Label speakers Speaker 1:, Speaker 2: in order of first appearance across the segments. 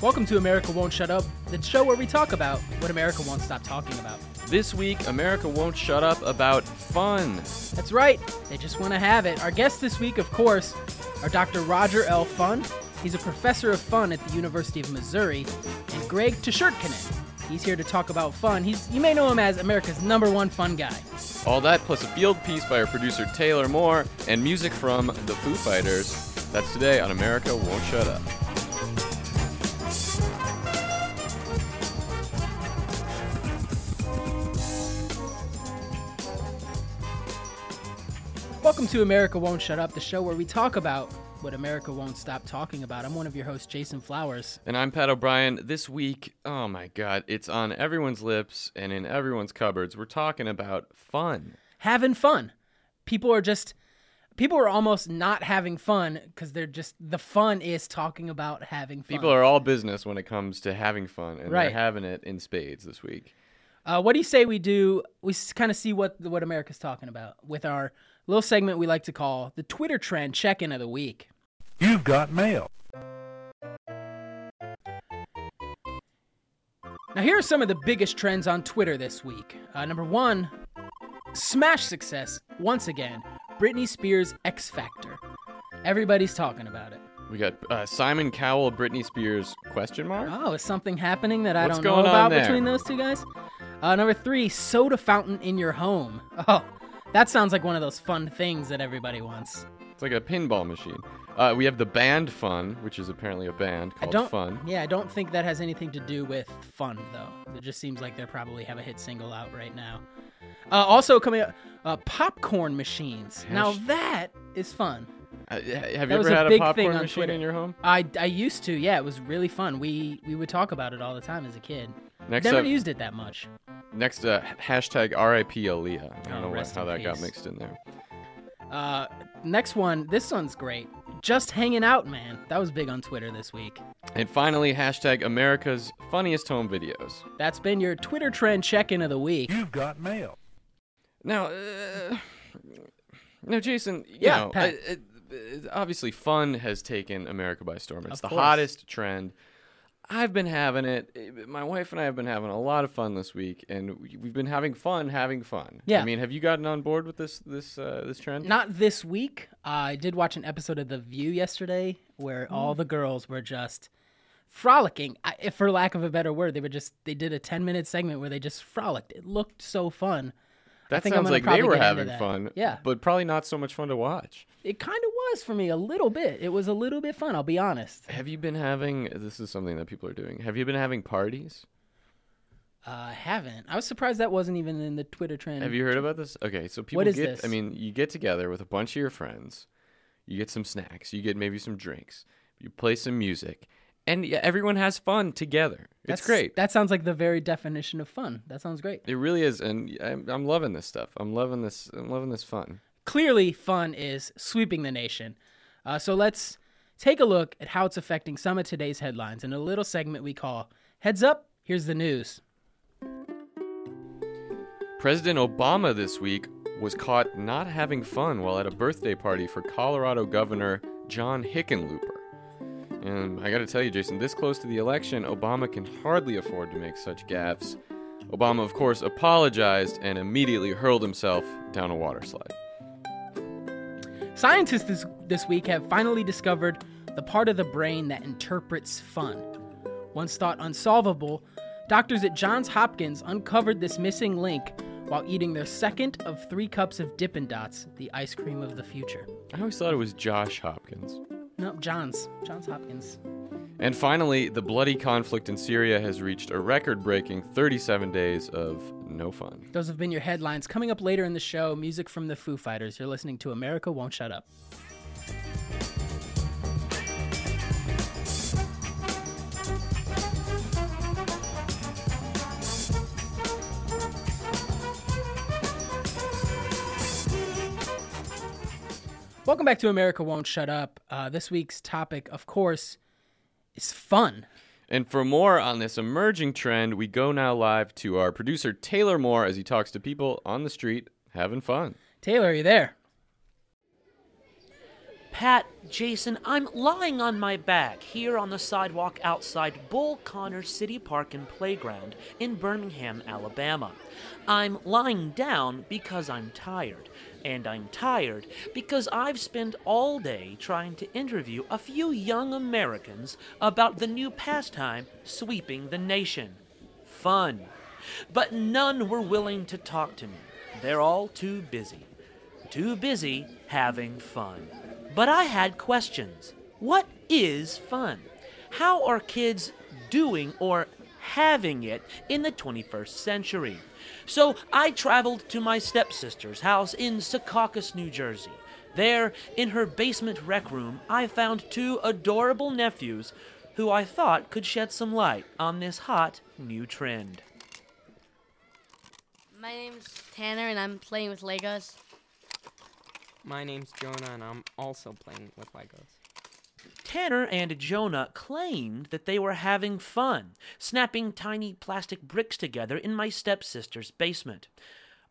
Speaker 1: Welcome to America Won't Shut Up, the show where we talk about what America won't stop talking about.
Speaker 2: This week, America won't shut up about fun.
Speaker 1: That's right, they just want to have it. Our guests this week, of course, are Dr. Roger L. Fun. He's a professor of fun at the University of Missouri, and Greg Tshirtkanen. He's here to talk about fun. He's you may know him as America's number one fun guy.
Speaker 2: All that plus a field piece by our producer Taylor Moore and music from the Foo Fighters. That's today on America Won't Shut Up.
Speaker 1: Welcome to America Won't Shut Up, the show where we talk about what America won't stop talking about. I'm one of your hosts, Jason Flowers.
Speaker 2: And I'm Pat O'Brien. This week, oh my God, it's on everyone's lips and in everyone's cupboards. We're talking about fun.
Speaker 1: Having fun. People are just people are almost not having fun because they're just the fun is talking about having fun.
Speaker 2: People are all business when it comes to having fun, and
Speaker 1: Right.
Speaker 2: they're having it in spades this week.
Speaker 1: Uh, what do you say we do? We kind of see what what America's talking about with our little segment we like to call the Twitter trend check-in of the week.
Speaker 3: You've got mail.
Speaker 1: Now, here are some of the biggest trends on Twitter this week. Uh, number one, smash success once again. Britney Spears X Factor. Everybody's talking about it.
Speaker 2: We got uh, Simon Cowell, Britney Spears question mark.
Speaker 1: Oh, is something happening that I
Speaker 2: What's
Speaker 1: don't
Speaker 2: going
Speaker 1: know
Speaker 2: on
Speaker 1: about
Speaker 2: there?
Speaker 1: between those two guys? Uh, number three, soda fountain in your home. Oh, that sounds like one of those fun things that everybody wants.
Speaker 2: It's like a pinball machine. Uh, we have the band fun, which is apparently a band
Speaker 1: I
Speaker 2: called
Speaker 1: don't.
Speaker 2: Fun.
Speaker 1: Yeah, I don't think that has anything to do with fun though. It just seems like they probably have a hit single out right now. Uh, also coming up, uh, popcorn machines. Now
Speaker 2: Hash-
Speaker 1: that is fun.
Speaker 2: Uh, have
Speaker 1: That
Speaker 2: you
Speaker 1: was
Speaker 2: ever
Speaker 1: a
Speaker 2: had
Speaker 1: big
Speaker 2: a
Speaker 1: thing
Speaker 2: popcorn
Speaker 1: on
Speaker 2: machine
Speaker 1: Twitter.
Speaker 2: in your home?
Speaker 1: I, I used to. Yeah, it was really fun. We we would talk about it all the time as a kid.
Speaker 2: Next
Speaker 1: Never
Speaker 2: up-
Speaker 1: used it that much.
Speaker 2: Next, uh, hashtag RIP Aaliyah. I
Speaker 1: Oh,
Speaker 2: don't know
Speaker 1: rest
Speaker 2: what, how
Speaker 1: in
Speaker 2: that got
Speaker 1: peace.
Speaker 2: mixed in there.
Speaker 1: Uh, next one. This one's great. Just hanging out, man. That was big on Twitter this week.
Speaker 2: And finally, hashtag America's funniest home videos.
Speaker 1: That's been your Twitter trend check-in of the week.
Speaker 3: You've got mail.
Speaker 2: Now, uh, now, Jason, you
Speaker 1: Yeah,
Speaker 2: know,
Speaker 1: Pat.
Speaker 2: I- I- I- obviously, fun has taken America by storm. It's
Speaker 1: Of
Speaker 2: the
Speaker 1: course.
Speaker 2: hottest trend. I've been having it. My wife and I have been having a lot of fun this week, and we- we've been having fun, having fun.
Speaker 1: Yeah.
Speaker 2: I mean, have you gotten on board with this this uh, this trend?
Speaker 1: Not this week. Uh, I did watch an episode of The View yesterday where all the girls were just frolicking, I, if for lack of a better word. They were just they did a ten minute segment where they just frolicked. It looked so fun.
Speaker 2: that
Speaker 1: think I'm
Speaker 2: sounds
Speaker 1: gonna
Speaker 2: like
Speaker 1: probably
Speaker 2: they were
Speaker 1: get into
Speaker 2: having
Speaker 1: that.
Speaker 2: fun.
Speaker 1: Yeah.
Speaker 2: but probably not so much fun to watch.
Speaker 1: It kind of was for me a little bit. It was a little bit fun. I'll be honest.
Speaker 2: Have you been having? This is something that people are doing. Have you been having parties?
Speaker 1: Uh, I haven't. I was surprised that wasn't even in the Twitter trend.
Speaker 2: Have you heard about this? Okay, so people
Speaker 1: Mm-hmm. is
Speaker 2: get
Speaker 1: this?
Speaker 2: I mean, you get together with a bunch of your friends, you get some snacks, you get maybe some drinks, you play some music, and yeah, everyone has fun together.
Speaker 1: That's
Speaker 2: it's great.
Speaker 1: That sounds like the very definition of fun. That sounds great.
Speaker 2: it really is, and I'm, I'm loving this stuff. I'm loving this. I'm loving this fun.
Speaker 1: clearly fun is sweeping the nation. Uh, so let's take a look at how it's affecting some of today's headlines in a little segment we call Heads Up, Here's the News.
Speaker 2: President Obama this week was caught not having fun while at a birthday party for Colorado Governor John Hickenlooper. And I gotta tell you, Jason, this close to the election, Obama can hardly afford to make such gaffes. Obama, of course, apologized and immediately hurled himself down a water slide.
Speaker 1: Scientists this, this week have finally discovered the part of the brain that interprets fun. Once thought unsolvable, doctors at Johns Hopkins uncovered this missing link while eating their second of three cups of Dippin' Dots, the ice cream of the future.
Speaker 2: I always thought it was Josh Hopkins.
Speaker 1: No, Johns. Johns Hopkins.
Speaker 2: And finally, the bloody conflict in Syria has reached a record breaking 37 days of no fun.
Speaker 1: Those have been your headlines. Coming up later in the show, music from the Foo Fighters. You're listening to America Won't Shut Up. Welcome back to America Won't Shut Up. Uh, this week's topic, of course, is fun.
Speaker 2: And for more on this emerging trend, we go now live to our producer Taylor Moore as he talks to people on the street having fun.
Speaker 1: Taylor, are you there?
Speaker 4: Pat, Jason, I'm lying on my back here on the sidewalk outside Bull Connor City Park and Playground in Birmingham, Alabama. I'm lying down because I'm tired, and I'm tired because I've spent all day trying to interview a few young Americans about the new pastime sweeping the nation fun. But none were willing to talk to me. They're all too busy. Too busy having fun. But I had questions. What is fun? How are kids doing or having it in the 21st century? So I traveled to my stepsister's house in Secaucus, New Jersey. There, in her basement rec room, I found two adorable nephews who I thought could shed some light on this hot new trend.
Speaker 5: My name's Tanner, and I'm playing with Legos.
Speaker 6: My name's Jonah, and I'm also playing with Legos.
Speaker 4: Tanner and Jonah claimed that they were having fun, snapping tiny plastic bricks together in my stepsister's basement.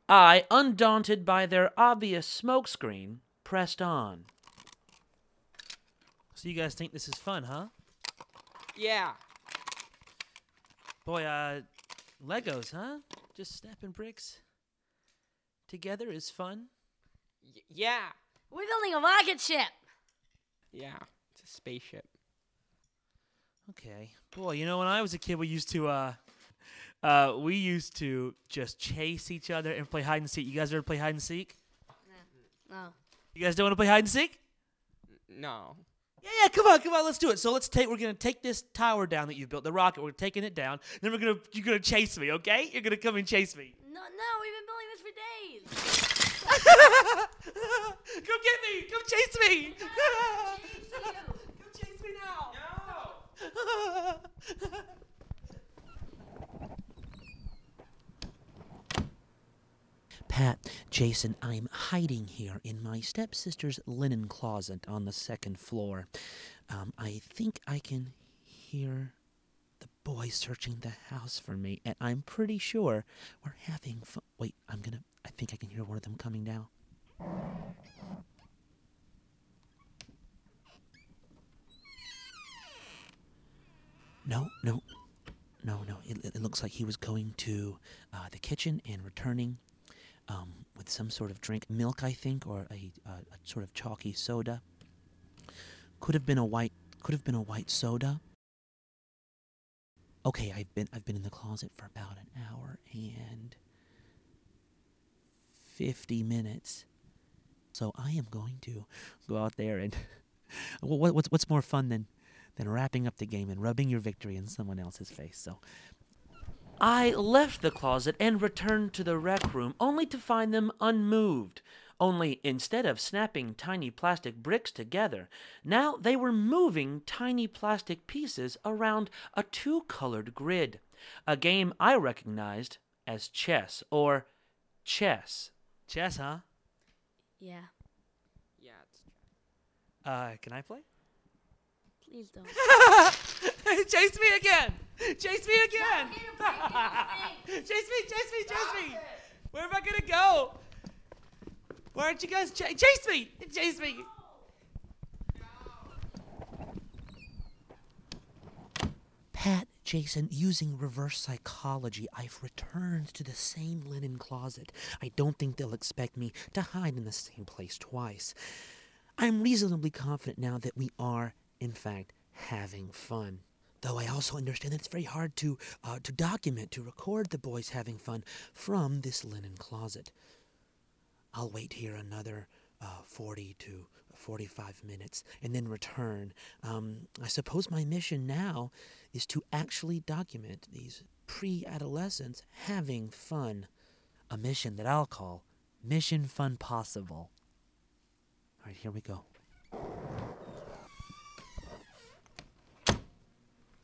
Speaker 4: I, undaunted by their obvious smokescreen, pressed on.
Speaker 7: So you guys think this is fun, huh?
Speaker 6: Yeah.
Speaker 7: Boy, uh, Legos, huh? Just snapping bricks together is fun.
Speaker 6: Y- yeah.
Speaker 5: We're building a rocket ship.
Speaker 6: Yeah. It's a spaceship.
Speaker 7: Okay. Boy, you know when I was a kid, we used to uh, uh, we used to just chase each other and play hide and seek. You guys ever play hide and seek?
Speaker 5: Oh,
Speaker 7: You guys don't want to play hide and seek?
Speaker 6: No.
Speaker 7: Yeah, yeah, come on, come on, let's do it. So let's take we're gonna take this tower down that you built, the rocket, we're taking it down, then we're gonna you're gonna chase me, okay? You're gonna come and chase me.
Speaker 5: no, no, we've been building this for days.
Speaker 7: come get me! Come chase me! come chase me now! No! Pat, Jason, I'm hiding here in my stepsister's linen closet on the second floor. Um, I think I can hear the boy searching the house for me, and I'm pretty sure we're having fun. Wait, I'm gonna. I think I can hear one of them coming now. No, no, no, no. It, it it looks like he was going to uh, the kitchen and returning um, with some sort of drink, milk, I think, or a, uh, a sort of chalky soda. Could have been a white. Could have been a white soda. Okay, I've been I've been in the closet for about an hour and fifty minutes, so I am going to go out there and Wha- what, what's what's more fun than than wrapping up the game and rubbing your victory in someone else's face? So
Speaker 4: I left the closet and returned to the rec room only to find them unmoved. Only instead of snapping tiny plastic bricks together, now they were moving tiny plastic pieces around a two colored grid. A game I recognized as chess, or chess.
Speaker 7: chess, huh?
Speaker 5: Yeah,
Speaker 6: Yeah, it's
Speaker 7: Uh, can I play?
Speaker 5: please don't.
Speaker 7: chase me again! Chase me again!
Speaker 5: Get a break, get
Speaker 7: chase me! Chase me! Chase me! Where am I gonna go? Why aren't you guys ch- chase me? Chase me! Pat, Jason, using reverse psychology, I've returned to the same linen closet. I don't think they'll expect me to hide in the same place twice. I'm reasonably confident now that we are, in fact, having fun. Though I also understand that it's very hard to uh, to document, to record the boys having fun from this linen closet. I'll wait here another uh, 40 to 45 minutes and then return. Um, I suppose my mission now is to actually document these pre adolescents having fun. A mission that I'll call Mission Fun Possible. All right, here we go.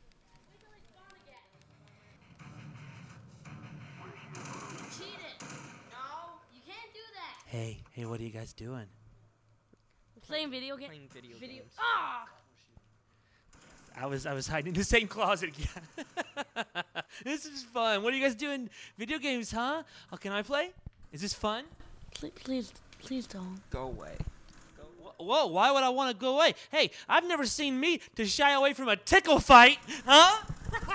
Speaker 5: You cheated. No, you can't do that.
Speaker 7: Hey, hey, what are you guys doing?
Speaker 5: We're playing video games.
Speaker 6: playing video,
Speaker 5: Video.
Speaker 6: games.
Speaker 5: Ah!
Speaker 7: I was I was hiding in the same closet again. this is fun. What are you guys doing? Video games, huh? Oh, can I play? Is this fun?
Speaker 5: Please, please, please don't.
Speaker 6: Go away.
Speaker 7: Wha-
Speaker 4: whoa, why would I want to go away? Hey, I've never seen me to shy away from a tickle fight, huh?
Speaker 8: Stop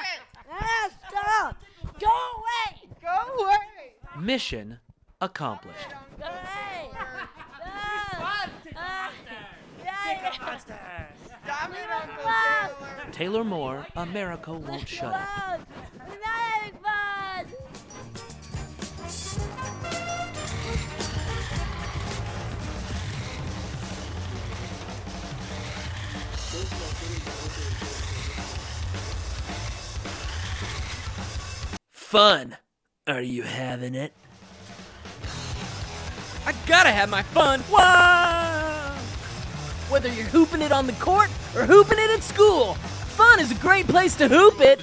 Speaker 8: it! Ah, stop! Go away! Go away!
Speaker 4: Mission accomplished.
Speaker 8: Go away! Ah, ah, yeah, yeah.
Speaker 9: Stop it, Uncle
Speaker 8: Wow.
Speaker 9: Taylor.
Speaker 4: Taylor Moore, America Won't Shut Up.
Speaker 8: Close. We're not having fun.
Speaker 4: Fun. Are you having it?
Speaker 1: I gotta have my fun. Whoa! Whether you're hooping it on the court or hooping it at school, fun is a great place to hoop it.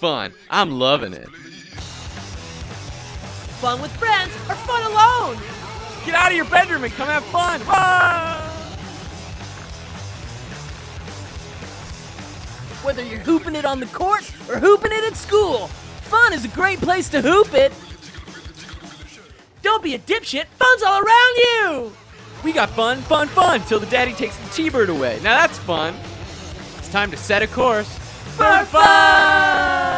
Speaker 2: Fun. I'm loving it.
Speaker 1: Fun with friends or fun alone. Get out of your bedroom and come have fun. Whoa! Whether you're hooping it on the court or hooping it at school, fun is a great place to hoop it.
Speaker 4: Don't be a dipshit. Fun's all around you.
Speaker 1: We got fun, fun, fun till the daddy takes the T-bird away.
Speaker 2: Now that's fun. It's time to set a course.
Speaker 1: for fun!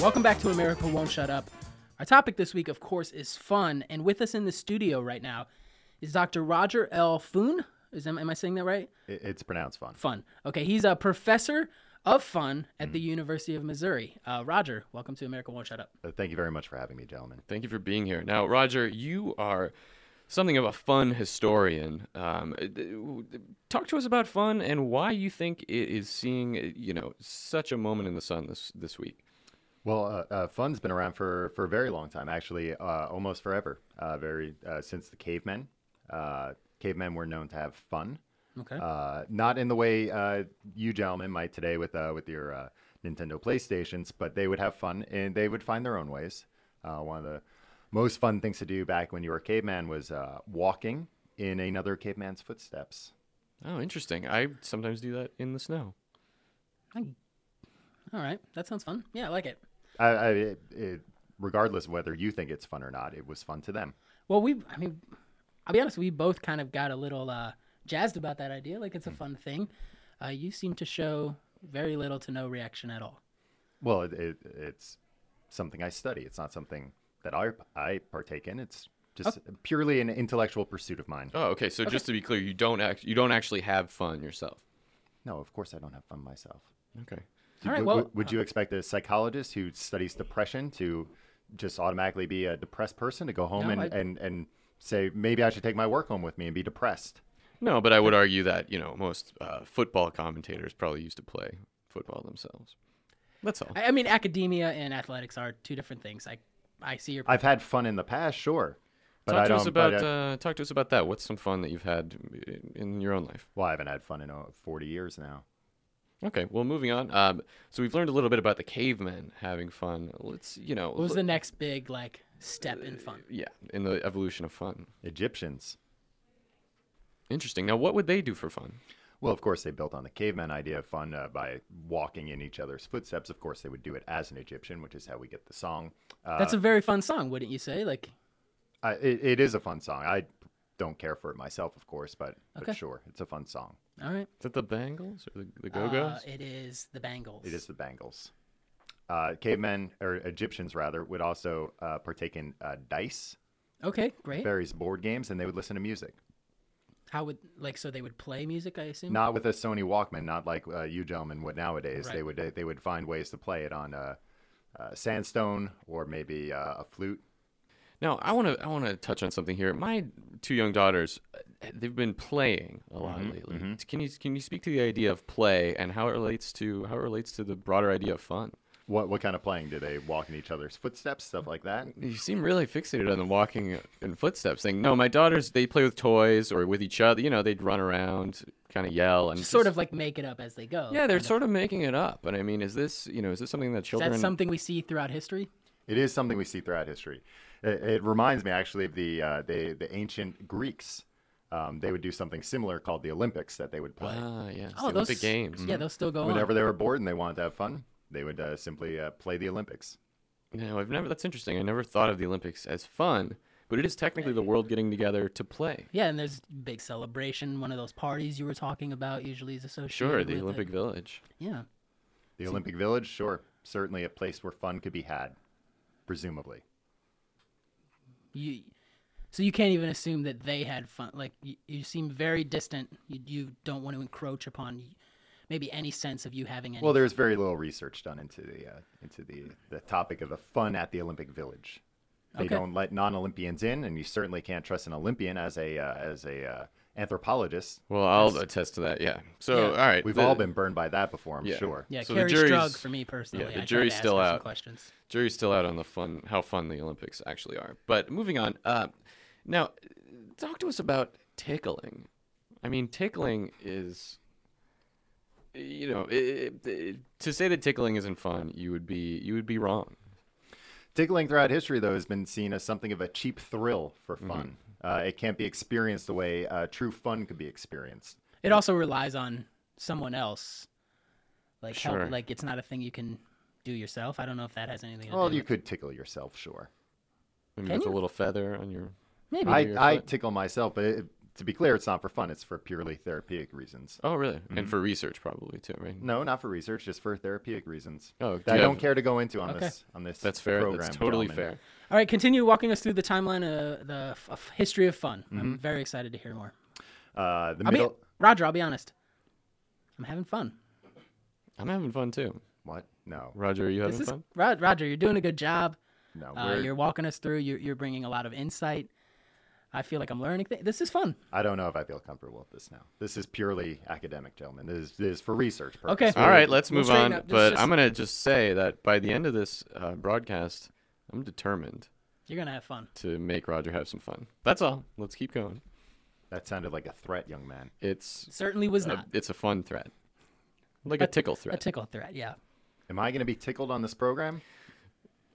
Speaker 1: Welcome back to America Won't Shut Up. Our topic this week, of course, is fun, and with us in the studio right now is Dr. Roger L. Foon. Is am I saying that right?
Speaker 10: It, it's pronounced fun.
Speaker 1: fun. Okay, he's a professor of fun at
Speaker 10: Mm.
Speaker 1: the University of Missouri. Uh, Roger, welcome to America Won't Shut Up.
Speaker 10: Uh, Thank you very much for having me, gentlemen.
Speaker 2: Thank you for being here. Now, Roger, you are something of a fun historian. Um, uh, talk to us about fun and why you think it is seeing, uh, you know, such a moment in the sun this this week.
Speaker 10: Well, uh, uh, fun's been around for, for a very long time, actually, uh, almost forever. Uh, very uh, since the cavemen. Uh, cavemen were known to have fun,
Speaker 1: Okay.
Speaker 10: uh, not in the way uh, you gentlemen might today with uh, with your uh, Nintendo PlayStations, but they would have fun and they would find their own ways. Uh, one of the most fun things to do back when you were a caveman was uh, walking in another caveman's footsteps.
Speaker 2: Oh, interesting. I sometimes do that in the snow.
Speaker 1: All right, that sounds fun. Yeah, I like it.
Speaker 10: I, I, it, it, regardless of whether you think it's fun or not, it was fun to them.
Speaker 1: Well, we, I mean, I'll be honest, we both kind of got a little uh, jazzed about that idea. Like,
Speaker 10: Mm.
Speaker 1: it's a fun thing. Uh, you seem to show very little to no reaction at all.
Speaker 10: Well, it, it, it's something I study. It's not something that I, I partake in. It's just purely an intellectual pursuit of mine.
Speaker 2: Oh, okay. So just to be clear, you don't act, you don't actually have fun yourself.
Speaker 10: No, of course I don't have fun myself.
Speaker 2: Okay.
Speaker 1: All right,
Speaker 10: Would-
Speaker 1: well,
Speaker 10: would, would
Speaker 2: uh,
Speaker 10: you expect a psychologist who studies depression to just automatically be a depressed person to go home
Speaker 1: No,
Speaker 10: and,
Speaker 1: I-
Speaker 10: and, and say, maybe I should take my work home with me and be depressed?
Speaker 2: No, but I would argue that you know most uh, football commentators probably used to play football themselves. That's all.
Speaker 1: I, I mean, academia and athletics are two different things. I, I see your.
Speaker 10: I've had fun in the past, sure. But
Speaker 2: talk
Speaker 10: I
Speaker 2: to
Speaker 10: don't,
Speaker 2: us about
Speaker 10: but I-
Speaker 2: uh, talk to us about that. What's some fun that you've had in- in your own life?
Speaker 10: well, I haven't had fun in uh, 40 years now.
Speaker 2: Okay, well, moving on. Um, so we've learned a little bit about the cavemen having fun. Let's, you know,
Speaker 1: What was
Speaker 2: l-
Speaker 1: the next big like step in fun?
Speaker 2: yeah, in the evolution of fun.
Speaker 10: Egyptians.
Speaker 2: Interesting. Now, what would they do for fun?
Speaker 10: Well, of course, they built on the caveman idea of fun uh, by walking in each other's footsteps. Of course, they would do it as an Egyptian, which is how we get the song. Uh,
Speaker 1: That's a very fun song, wouldn't you say? Like,
Speaker 10: I, it, it is a fun song. I don't care for it myself, of course, but,
Speaker 1: Okay.
Speaker 10: but sure, it's a fun song.
Speaker 1: all right.
Speaker 2: Is that the Bangles or the, the Go Go's?
Speaker 1: Uh, it is the Bengals.
Speaker 10: It is the Bangles. Uh, cavemen, or Egyptians rather, would also uh, partake in uh, dice,
Speaker 1: Okay, great.
Speaker 10: various board games, and they would listen to music.
Speaker 1: Mm-hmm. How would like so they would play music? I assume.
Speaker 10: Not with a Sony Walkman, not like uh, you gentlemen would nowadays. They
Speaker 1: Right.
Speaker 10: would they would find ways to play it on uh, uh, sandstone or maybe uh, a flute.
Speaker 2: Now, I want to I want to touch on something here. My two young daughters, uh, they've been playing a lot lately. Can you can you speak to the idea of play and how it relates to how it relates to the broader idea of fun?
Speaker 10: What what kind of playing? Do they walk in each other's footsteps, stuff like that?
Speaker 2: You seem really fixated on the walking in footsteps thing. No, my daughters they play with toys or with each other. You know, they'd run around, kind of yell, and
Speaker 1: Just sort
Speaker 2: just-
Speaker 1: of like make it up as they go.
Speaker 2: Yeah, they're
Speaker 1: kind
Speaker 2: sort of making it up. And I mean, is this you know is this something that
Speaker 1: Is
Speaker 2: children?
Speaker 1: that something we see throughout history?
Speaker 10: It is something we see throughout history. It, it reminds me actually of the uh, the the ancient Greeks. Um, they would do something similar called the Olympics that they would play.
Speaker 2: Ah, yes, Oh, the those- Olympic Games. yeah,
Speaker 10: Mhm.
Speaker 2: those still go on.
Speaker 10: Whenever they were bored and they wanted to have fun, they would uh, simply uh, play the Olympics.
Speaker 2: No, I've never. That's interesting. I never thought of the Olympics as fun, but it is technically the world getting together to play.
Speaker 1: Yeah, and there's big celebration. One of those parties you were talking about usually is associated.
Speaker 2: Sure,
Speaker 1: with
Speaker 2: the
Speaker 1: it.
Speaker 2: Olympic Village.
Speaker 1: Yeah.
Speaker 10: The Olympic Village, sure, certainly a place where fun could be had, presumably.
Speaker 1: You. So you can't even assume that they had fun. Like you, you seem very distant. You, you don't want to encroach upon maybe any sense of you having any.
Speaker 10: Well, there's very little research done into the uh, into the the topic of the fun at the Olympic Village. They
Speaker 1: Okay.
Speaker 10: don't let non-Olympians in, and you certainly can't trust an Olympian as a uh, as a uh, anthropologist.
Speaker 2: Well, I'll attest to that. Yeah. So, all right,
Speaker 10: we've
Speaker 2: the-
Speaker 10: all been burned by that before, I'm
Speaker 2: Yeah.
Speaker 10: sure.
Speaker 1: Yeah,
Speaker 2: So the
Speaker 1: Carrie
Speaker 2: jury's-
Speaker 1: Strug for me personally.
Speaker 2: Yeah,
Speaker 1: I
Speaker 2: the
Speaker 1: tried to
Speaker 2: jury's
Speaker 1: ask
Speaker 2: still
Speaker 1: her some
Speaker 2: out.
Speaker 1: questions.
Speaker 2: Jury's still out on the fun, how fun the Olympics actually are. But moving on. Uh, now, talk to us about tickling. I mean, tickling is, you know, it, it- it- to say that tickling isn't fun, you would be you would be wrong.
Speaker 10: Tickling throughout history, though, has been seen as something of a cheap thrill for fun. Uh, it can't be experienced the way uh, true fun could be experienced.
Speaker 1: It also relies on someone else. Like help-
Speaker 10: Sure.
Speaker 1: like it's not a thing you can do yourself. I don't know if that has anything to
Speaker 10: Well,
Speaker 1: do
Speaker 10: you
Speaker 1: with
Speaker 10: could tickle yourself, sure.
Speaker 2: Maybe
Speaker 1: Can
Speaker 2: with a
Speaker 1: you?
Speaker 2: little feather on your.
Speaker 1: Maybe.
Speaker 2: under your
Speaker 10: I, I
Speaker 2: foot.
Speaker 10: tickle myself, but it, to be clear, it's not for fun. It's for purely therapeutic reasons.
Speaker 2: Oh, really?
Speaker 10: Mhm.
Speaker 2: And for research, probably too, right?
Speaker 10: No, not for research, just for therapeutic reasons.
Speaker 2: Oh,
Speaker 10: that I
Speaker 2: yeah.
Speaker 10: don't care to go into on
Speaker 1: Okay.
Speaker 10: this on this.
Speaker 2: That's fair.
Speaker 10: Program,
Speaker 2: That's totally
Speaker 10: gentlemen.
Speaker 2: fair.
Speaker 1: All right, continue walking us through the timeline of the f- of history of fun. I'm
Speaker 10: Mhm.
Speaker 1: very excited to hear more.
Speaker 10: Uh, the
Speaker 1: I'll be-
Speaker 10: middle.
Speaker 1: Roger, I'll be honest. I'm having fun.
Speaker 2: I'm having fun too.
Speaker 10: What? No.
Speaker 2: Roger, are you having
Speaker 1: This is
Speaker 2: fun?
Speaker 1: Rod, Roger. You're doing a good job.
Speaker 10: No,
Speaker 1: uh,
Speaker 10: we're-
Speaker 1: you're walking us through. You're, you're bringing a lot of insight. I feel like I'm learning. Th- this is fun.
Speaker 10: I don't know if I feel comfortable with this now. This is purely academic, gentlemen. This is, this is for research
Speaker 1: Okay.
Speaker 10: purposes.
Speaker 2: All right, let's
Speaker 1: We'll
Speaker 2: move
Speaker 1: straighten
Speaker 2: on.
Speaker 1: up. This
Speaker 2: But
Speaker 1: just-
Speaker 2: I'm gonna just say that by the end of this uh, broadcast, I'm determined
Speaker 1: You're gonna have fun.
Speaker 2: to make Roger have some fun. That's all. Let's keep going.
Speaker 10: That sounded like a threat, young man.
Speaker 2: It's
Speaker 1: Certainly was
Speaker 2: a-
Speaker 1: not.
Speaker 2: It's a fun threat, like a, tickle
Speaker 1: A
Speaker 2: threat.
Speaker 1: tickle threat. Yeah.
Speaker 10: Am I going to be tickled on this program?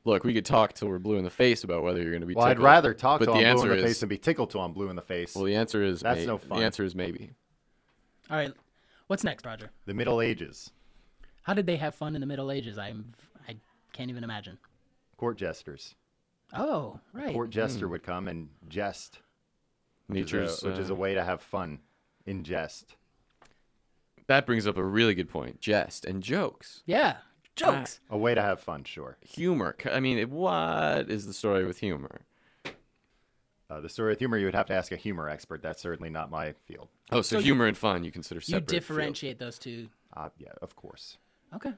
Speaker 2: Look, we could talk till we're blue in the face about whether you're gonna be.
Speaker 10: Well, I'd
Speaker 2: tickled,
Speaker 10: rather talk
Speaker 2: but
Speaker 10: to
Speaker 2: the
Speaker 10: I'm blue
Speaker 2: answer
Speaker 10: in
Speaker 2: is,
Speaker 10: the face than be tickled to I'm blue in the face.
Speaker 2: Well, the answer is
Speaker 10: That's
Speaker 2: may-
Speaker 10: no fun.
Speaker 2: The answer is maybe.
Speaker 1: All right. What's next, Roger?
Speaker 10: The Middle Ages,
Speaker 1: How did they have fun in the Middle Ages? I'm. I can't even imagine.
Speaker 10: court jesters.
Speaker 1: Oh, right.
Speaker 2: Hmm.
Speaker 10: Court jester would come and jest, which is a-
Speaker 2: Nature's,
Speaker 10: which is
Speaker 2: uh,
Speaker 10: a way to have fun in jest.
Speaker 2: That brings up a really good point. Jest and jokes,
Speaker 1: Yeah. Ah, Jokes.
Speaker 10: A way to have fun, sure.
Speaker 2: humor. C- I mean, it- what is the story with humor?
Speaker 10: Uh, the story of humor, you would have to ask a humor expert. That's certainly not my field.
Speaker 2: Oh, so,
Speaker 1: So you-
Speaker 2: humor and fun you consider
Speaker 1: you
Speaker 2: separate. fields.
Speaker 1: differentiate those two.
Speaker 10: Uh, yeah, of course.
Speaker 1: Okay.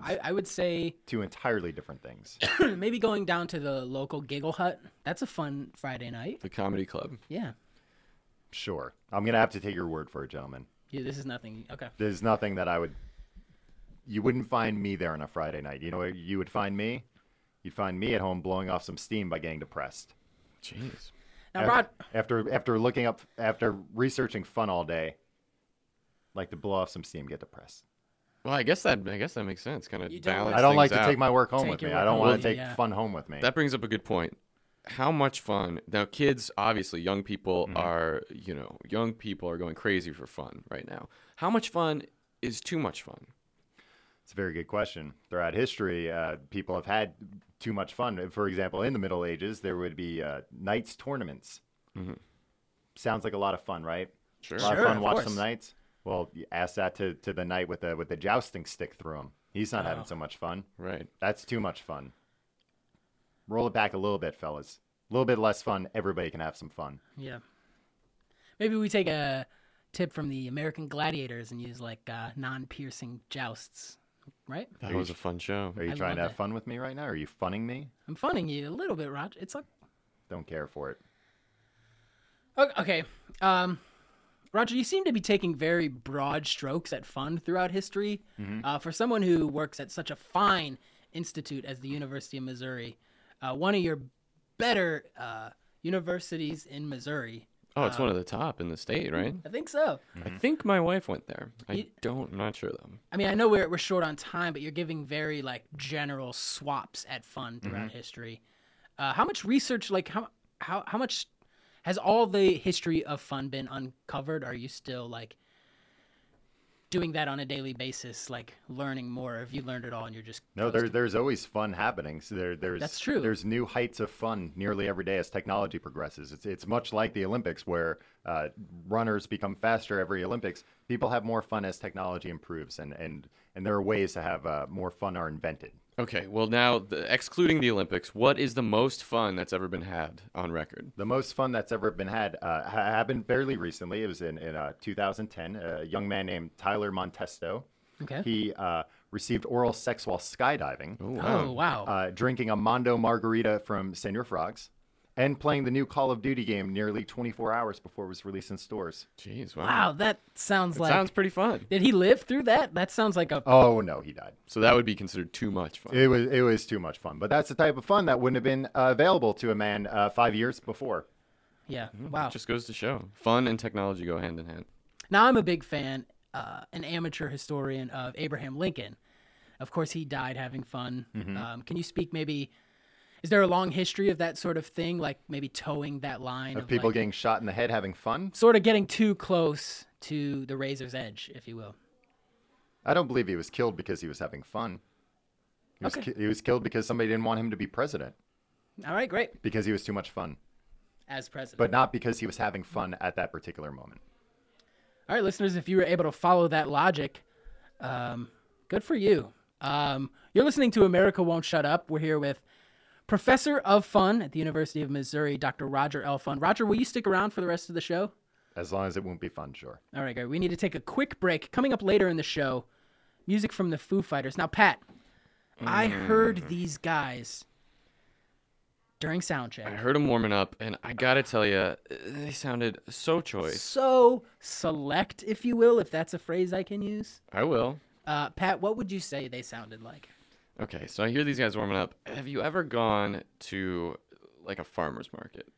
Speaker 1: I, I would say
Speaker 10: Two entirely different things.
Speaker 1: maybe going down to the local giggle hut. That's a fun Friday night.
Speaker 2: the comedy club.
Speaker 1: Yeah.
Speaker 10: Sure. I'm going to have to take your word for it, gentlemen.
Speaker 1: Yeah, this is nothing. Okay.
Speaker 10: There's nothing that I would. You wouldn't find me there on a Friday night. You know where you would find me? You'd find me at home blowing off some steam by getting depressed.
Speaker 2: Jeez.
Speaker 1: Now,
Speaker 10: Af-
Speaker 1: Rod,
Speaker 10: After after looking up after researching fun all day, like to blow off some steam, get depressed.
Speaker 2: Well, I guess that I guess that makes sense. Kind of
Speaker 1: You don't-
Speaker 2: balance.
Speaker 10: I don't like
Speaker 2: things
Speaker 10: to
Speaker 2: out.
Speaker 10: take my work home
Speaker 1: Take
Speaker 10: with
Speaker 1: your
Speaker 10: me.
Speaker 1: work
Speaker 10: I don't
Speaker 1: home
Speaker 10: want
Speaker 1: with
Speaker 10: to
Speaker 1: you,
Speaker 10: take
Speaker 1: yeah.
Speaker 10: fun home with me.
Speaker 2: That brings up a good point. How much fun now? Kids, obviously, young people
Speaker 10: Mm-hmm.
Speaker 2: are you know young people are going crazy for fun right now. How much fun is too much fun?
Speaker 10: It's a very good question. Throughout history, uh, people have had too much fun. For example, in the Middle Ages, there would be uh, knights tournaments.
Speaker 2: Mhm.
Speaker 10: Sounds like a lot of fun, right?
Speaker 2: Sure.
Speaker 10: A lot
Speaker 1: Sure,
Speaker 10: of fun.
Speaker 1: of
Speaker 10: watch
Speaker 1: course.
Speaker 10: some knights. Well, you ask that to, to the knight with the with the jousting stick through him. He's not
Speaker 1: Oh.
Speaker 10: having so much fun.
Speaker 2: Right.
Speaker 10: That's too much fun. Roll it back a little bit, fellas. A little bit less fun. Everybody can have some fun.
Speaker 1: yeah. Maybe we take a tip from the American Gladiators and use like uh, non-piercing jousts, right?
Speaker 2: That was a fun show.
Speaker 10: Are you
Speaker 1: I
Speaker 10: trying to
Speaker 1: love
Speaker 10: have fun with me right now? Are you funning me?
Speaker 1: I'm funning you a little bit, Roger. It's like
Speaker 10: Don't care for it.
Speaker 1: O- okay, um, Roger, you seem to be taking very broad strokes at fun throughout history. Uh, for someone who works at such a fine institute as the University of Missouri, uh, one of your better uh, universities in Missouri.
Speaker 2: Oh, it's one of the top in the state, right?
Speaker 10: Mm-hmm.
Speaker 1: I think so.
Speaker 2: I think my wife went there. I
Speaker 1: You-
Speaker 2: don't. I'm not sure though.
Speaker 1: I mean, I know we're, we're short on time, but you're giving very like general swaps at fun throughout
Speaker 2: Mhm.
Speaker 10: Mm-hmm.
Speaker 1: history. Uh, how much research, like how how how much has all the history of fun been uncovered? Are you still like doing that on a daily basis, like learning more? Or have you learned it all and you're just
Speaker 10: No, there, there's always fun happening. So there, there's
Speaker 1: That's true.
Speaker 10: There's new heights of fun nearly every day as technology progresses. It's it's much like the Olympics where uh, runners become faster every Olympics. People have more fun as technology improves, and and and there are ways to have uh, more fun are invented.
Speaker 2: Okay, well now, the, excluding the Olympics, what is the most fun that's ever been had on record?
Speaker 10: The most fun that's ever been had uh, ha- happened fairly recently. It was in, in uh, 2010. A young man named Tyler Montesto.
Speaker 1: Okay.
Speaker 10: He uh, received oral sex while skydiving.
Speaker 1: wow. Oh, wow.
Speaker 10: Uh, drinking a Mondo margarita from Senor Frogs and playing the new Call of Duty game nearly 24 hours before it was released in stores.
Speaker 2: Jeez,
Speaker 1: wow? That sounds
Speaker 10: It
Speaker 1: like
Speaker 10: sounds
Speaker 2: pretty fun.
Speaker 1: Did he live through that? That sounds like a
Speaker 10: Oh, no, he died.
Speaker 2: So that would be considered too much fun.
Speaker 10: It was, it was too much fun. But that's the type of fun that wouldn't have been uh, available to a man uh, five years before.
Speaker 1: yeah.
Speaker 10: mm-hmm.
Speaker 2: Mm,
Speaker 1: Wow.
Speaker 2: It just goes to show fun and technology go hand in hand.
Speaker 1: Now, I'm a big fan, uh, an amateur historian of Abraham Lincoln. Of course, he died having fun.
Speaker 10: Mm-hmm.
Speaker 2: Mhm.
Speaker 1: Um, can you speak maybe? Is there a long history of that sort of thing, like maybe towing that line
Speaker 10: Of people
Speaker 1: like,
Speaker 10: getting shot in the head having fun?
Speaker 1: sort of getting too close to the razor's edge, if you will?
Speaker 10: I don't believe he was killed because he was having fun. He was,
Speaker 1: Okay.
Speaker 10: ki- he was killed because somebody didn't want him to be president
Speaker 1: All right, great.
Speaker 10: because he was too much fun,
Speaker 1: As president.
Speaker 10: but not because he was having fun at that particular moment.
Speaker 1: All right, listeners, if you were able to follow that logic, um, good for you. Um, you're listening to America Won't Shut Up. We're here with Professor of Fun at the University of Missouri, Dr. Roger L. Fun. Roger, will you stick around for the rest of the show?
Speaker 10: As long as it won't be fun, sure.
Speaker 1: All right, guys, we need to take a quick break. Coming up later in the show, music from the Foo Fighters. Now, Pat, I
Speaker 2: Mm.
Speaker 1: heard these guys during
Speaker 2: I
Speaker 1: soundcheck.
Speaker 2: heard them warming up, and I gotta tell you, they sounded so choice.
Speaker 1: So select, if you will, if that's a phrase I can use.
Speaker 2: I will.
Speaker 1: Uh, Pat, what would you say they sounded like?
Speaker 2: Okay, so I hear these guys warming up. Have you ever gone to like a farmer's market?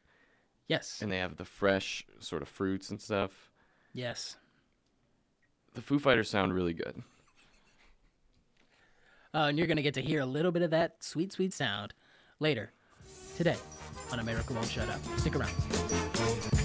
Speaker 1: Yes.
Speaker 2: And they have the fresh sort of fruits and stuff.
Speaker 1: Yes.
Speaker 2: The Foo Fighters sound really good.
Speaker 1: Uh, and you're going to get to hear a little bit of that sweet, sweet sound later today on America Won't Shut Up. Stick around.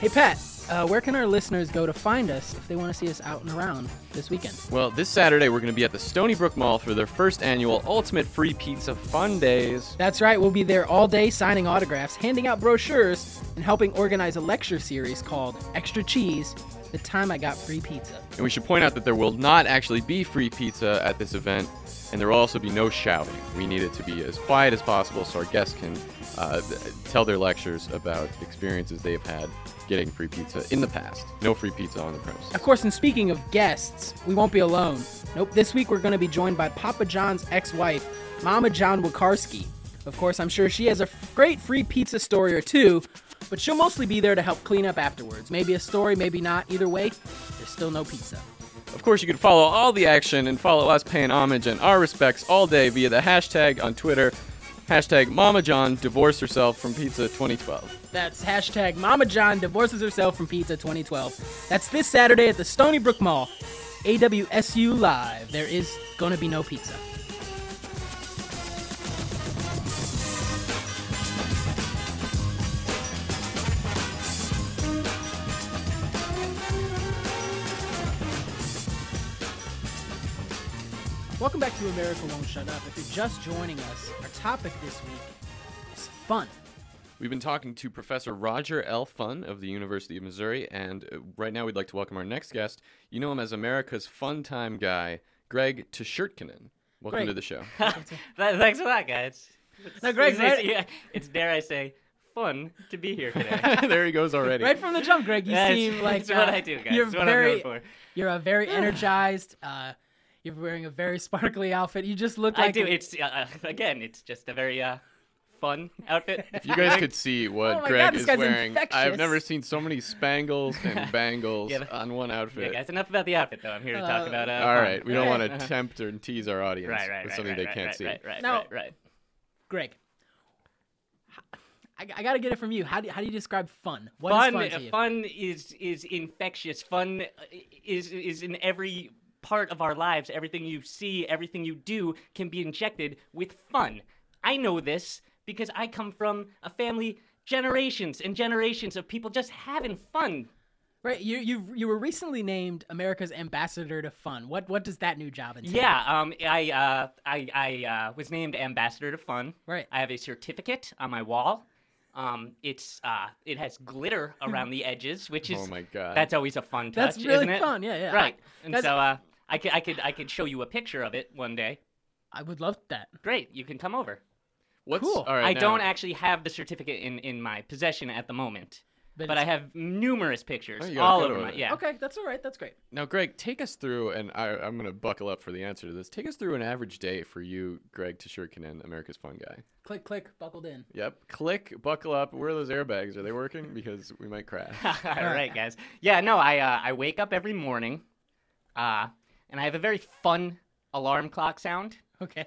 Speaker 1: Hey, Pat, uh, where can our listeners go to find us if they want to see us out and around this weekend?
Speaker 2: Well, this Saturday we're going to be at the Stony Brook Mall for their first annual Ultimate Free Pizza Fun Days.
Speaker 1: That's right, we'll be there all day signing autographs, handing out brochures, and helping organize a lecture series called Extra Cheese The Time I Got Free Pizza.
Speaker 2: And we should point out that there will not actually be free pizza at this event, and there will also be no shouting. We need it to be as quiet as possible so our guests can uh, th- tell their lectures about experiences they have had getting free pizza in the past. No free pizza on the premise.
Speaker 1: Of course, and speaking of guests, we won't be alone. Nope, this week we're going to be joined by Papa John's ex wife, Mama John Wakarski. Of course, I'm sure she has a f- great free pizza story or two, but she'll mostly be there to help clean up afterwards. Maybe a story, maybe not. Either way, there's still no pizza.
Speaker 2: Of course, you can follow all the action and follow us paying homage and our respects all day via the hashtag on Twitter, hashtag Mama John divorced herself from pizza 2012.
Speaker 1: That's hashtag Mama John divorces herself from pizza 2012. That's this Saturday at the Stony Brook Mall, AWSU Live. There is going to be no pizza. Welcome back to America Won't Shut Up. If you're just joining us, our topic this week is fun.
Speaker 2: We've been talking to Professor Roger L. Fun of the University of Missouri, and uh, right now we'd like to welcome our next guest. You know him as America's fun time guy, Greg Tshirtkinen. Welcome
Speaker 11: Greg.
Speaker 2: to the show.
Speaker 11: Th- Thanks a lot, guys. It's,
Speaker 1: No, Greg's
Speaker 11: it's,
Speaker 1: right-
Speaker 11: yeah, it's dare I say fun to be here today.
Speaker 2: there he goes already.
Speaker 1: Right from the jump, Greg, you
Speaker 11: That's-
Speaker 1: seem like
Speaker 11: that's what
Speaker 1: uh,
Speaker 11: I do, guys.
Speaker 1: You're
Speaker 11: It's what I'm
Speaker 1: very,
Speaker 11: known for.
Speaker 1: you're a very energized. Uh, you're wearing a very sparkly outfit. You just look like
Speaker 11: I do.
Speaker 1: a-
Speaker 11: It's uh, uh, again, it's just a very uh, fun outfit.
Speaker 2: If you guys could see what
Speaker 11: Oh my
Speaker 2: Greg
Speaker 11: God, this
Speaker 2: is
Speaker 11: guy's
Speaker 2: wearing, I've
Speaker 11: infectious.
Speaker 2: never seen so many spangles and bangles
Speaker 11: Yeah, but-
Speaker 2: on one outfit.
Speaker 11: Yeah, guys, enough about the outfit, though. I'm here to talk about. Uh,
Speaker 2: All right, we don't want
Speaker 11: fun.
Speaker 2: to tempt or tease our audience
Speaker 11: Right, right,
Speaker 2: with
Speaker 11: right,
Speaker 2: something
Speaker 11: right,
Speaker 2: they
Speaker 11: right,
Speaker 2: can't
Speaker 11: right,
Speaker 2: see. Oh
Speaker 11: right, right,
Speaker 1: Now-
Speaker 11: right, right.
Speaker 1: Greg, I, I got to get it from you. How do, how do you describe fun? What is
Speaker 11: fun, uh,
Speaker 1: fun to you?
Speaker 11: fun is is infectious. Fun uh, is is in every part of our lives. Everything you see, everything you do, can be injected with fun. I know this because I come from a family generations and generations of people just having fun.
Speaker 1: Right, you you you were recently named America's ambassador to fun. What what does that new job entail?
Speaker 11: Yeah, um, I uh, I I uh, was named ambassador to fun.
Speaker 1: Right.
Speaker 11: I have a certificate on my wall. Um, it's uh, it has glitter around the edges, which is
Speaker 2: Oh my God.
Speaker 11: that's always a fun touch.
Speaker 1: That's really
Speaker 11: isn't it?
Speaker 1: fun, yeah, yeah.
Speaker 11: Right.
Speaker 1: I-
Speaker 11: and
Speaker 1: guys-
Speaker 11: so uh, I could I could I could show you a picture of it one day.
Speaker 1: I would love that.
Speaker 11: Great, you can come over.
Speaker 2: What's,
Speaker 1: Cool.
Speaker 2: All right,
Speaker 11: I
Speaker 2: now-
Speaker 11: don't actually have the certificate in, in my possession at the moment,
Speaker 1: But
Speaker 11: but, I
Speaker 1: it's-
Speaker 11: have numerous pictures
Speaker 2: Oh, you got a
Speaker 11: all
Speaker 2: photo
Speaker 11: over
Speaker 2: of
Speaker 11: my
Speaker 2: it.
Speaker 11: yeah.
Speaker 1: Okay, that's all right. That's great.
Speaker 2: Now, Greg, take us through, and I, I'm going to buckle up for the answer to this. Take us through an average day for you, Greg Tashurkinen, America's Fun Guy.
Speaker 1: Click click, buckled in.
Speaker 2: Yep. Click, buckle up. Where are those airbags? Are they working? Because we might crash.
Speaker 11: All right, guys. Yeah, no, I uh, I wake up every morning, uh, and I have a very fun alarm clock sound,
Speaker 1: Okay.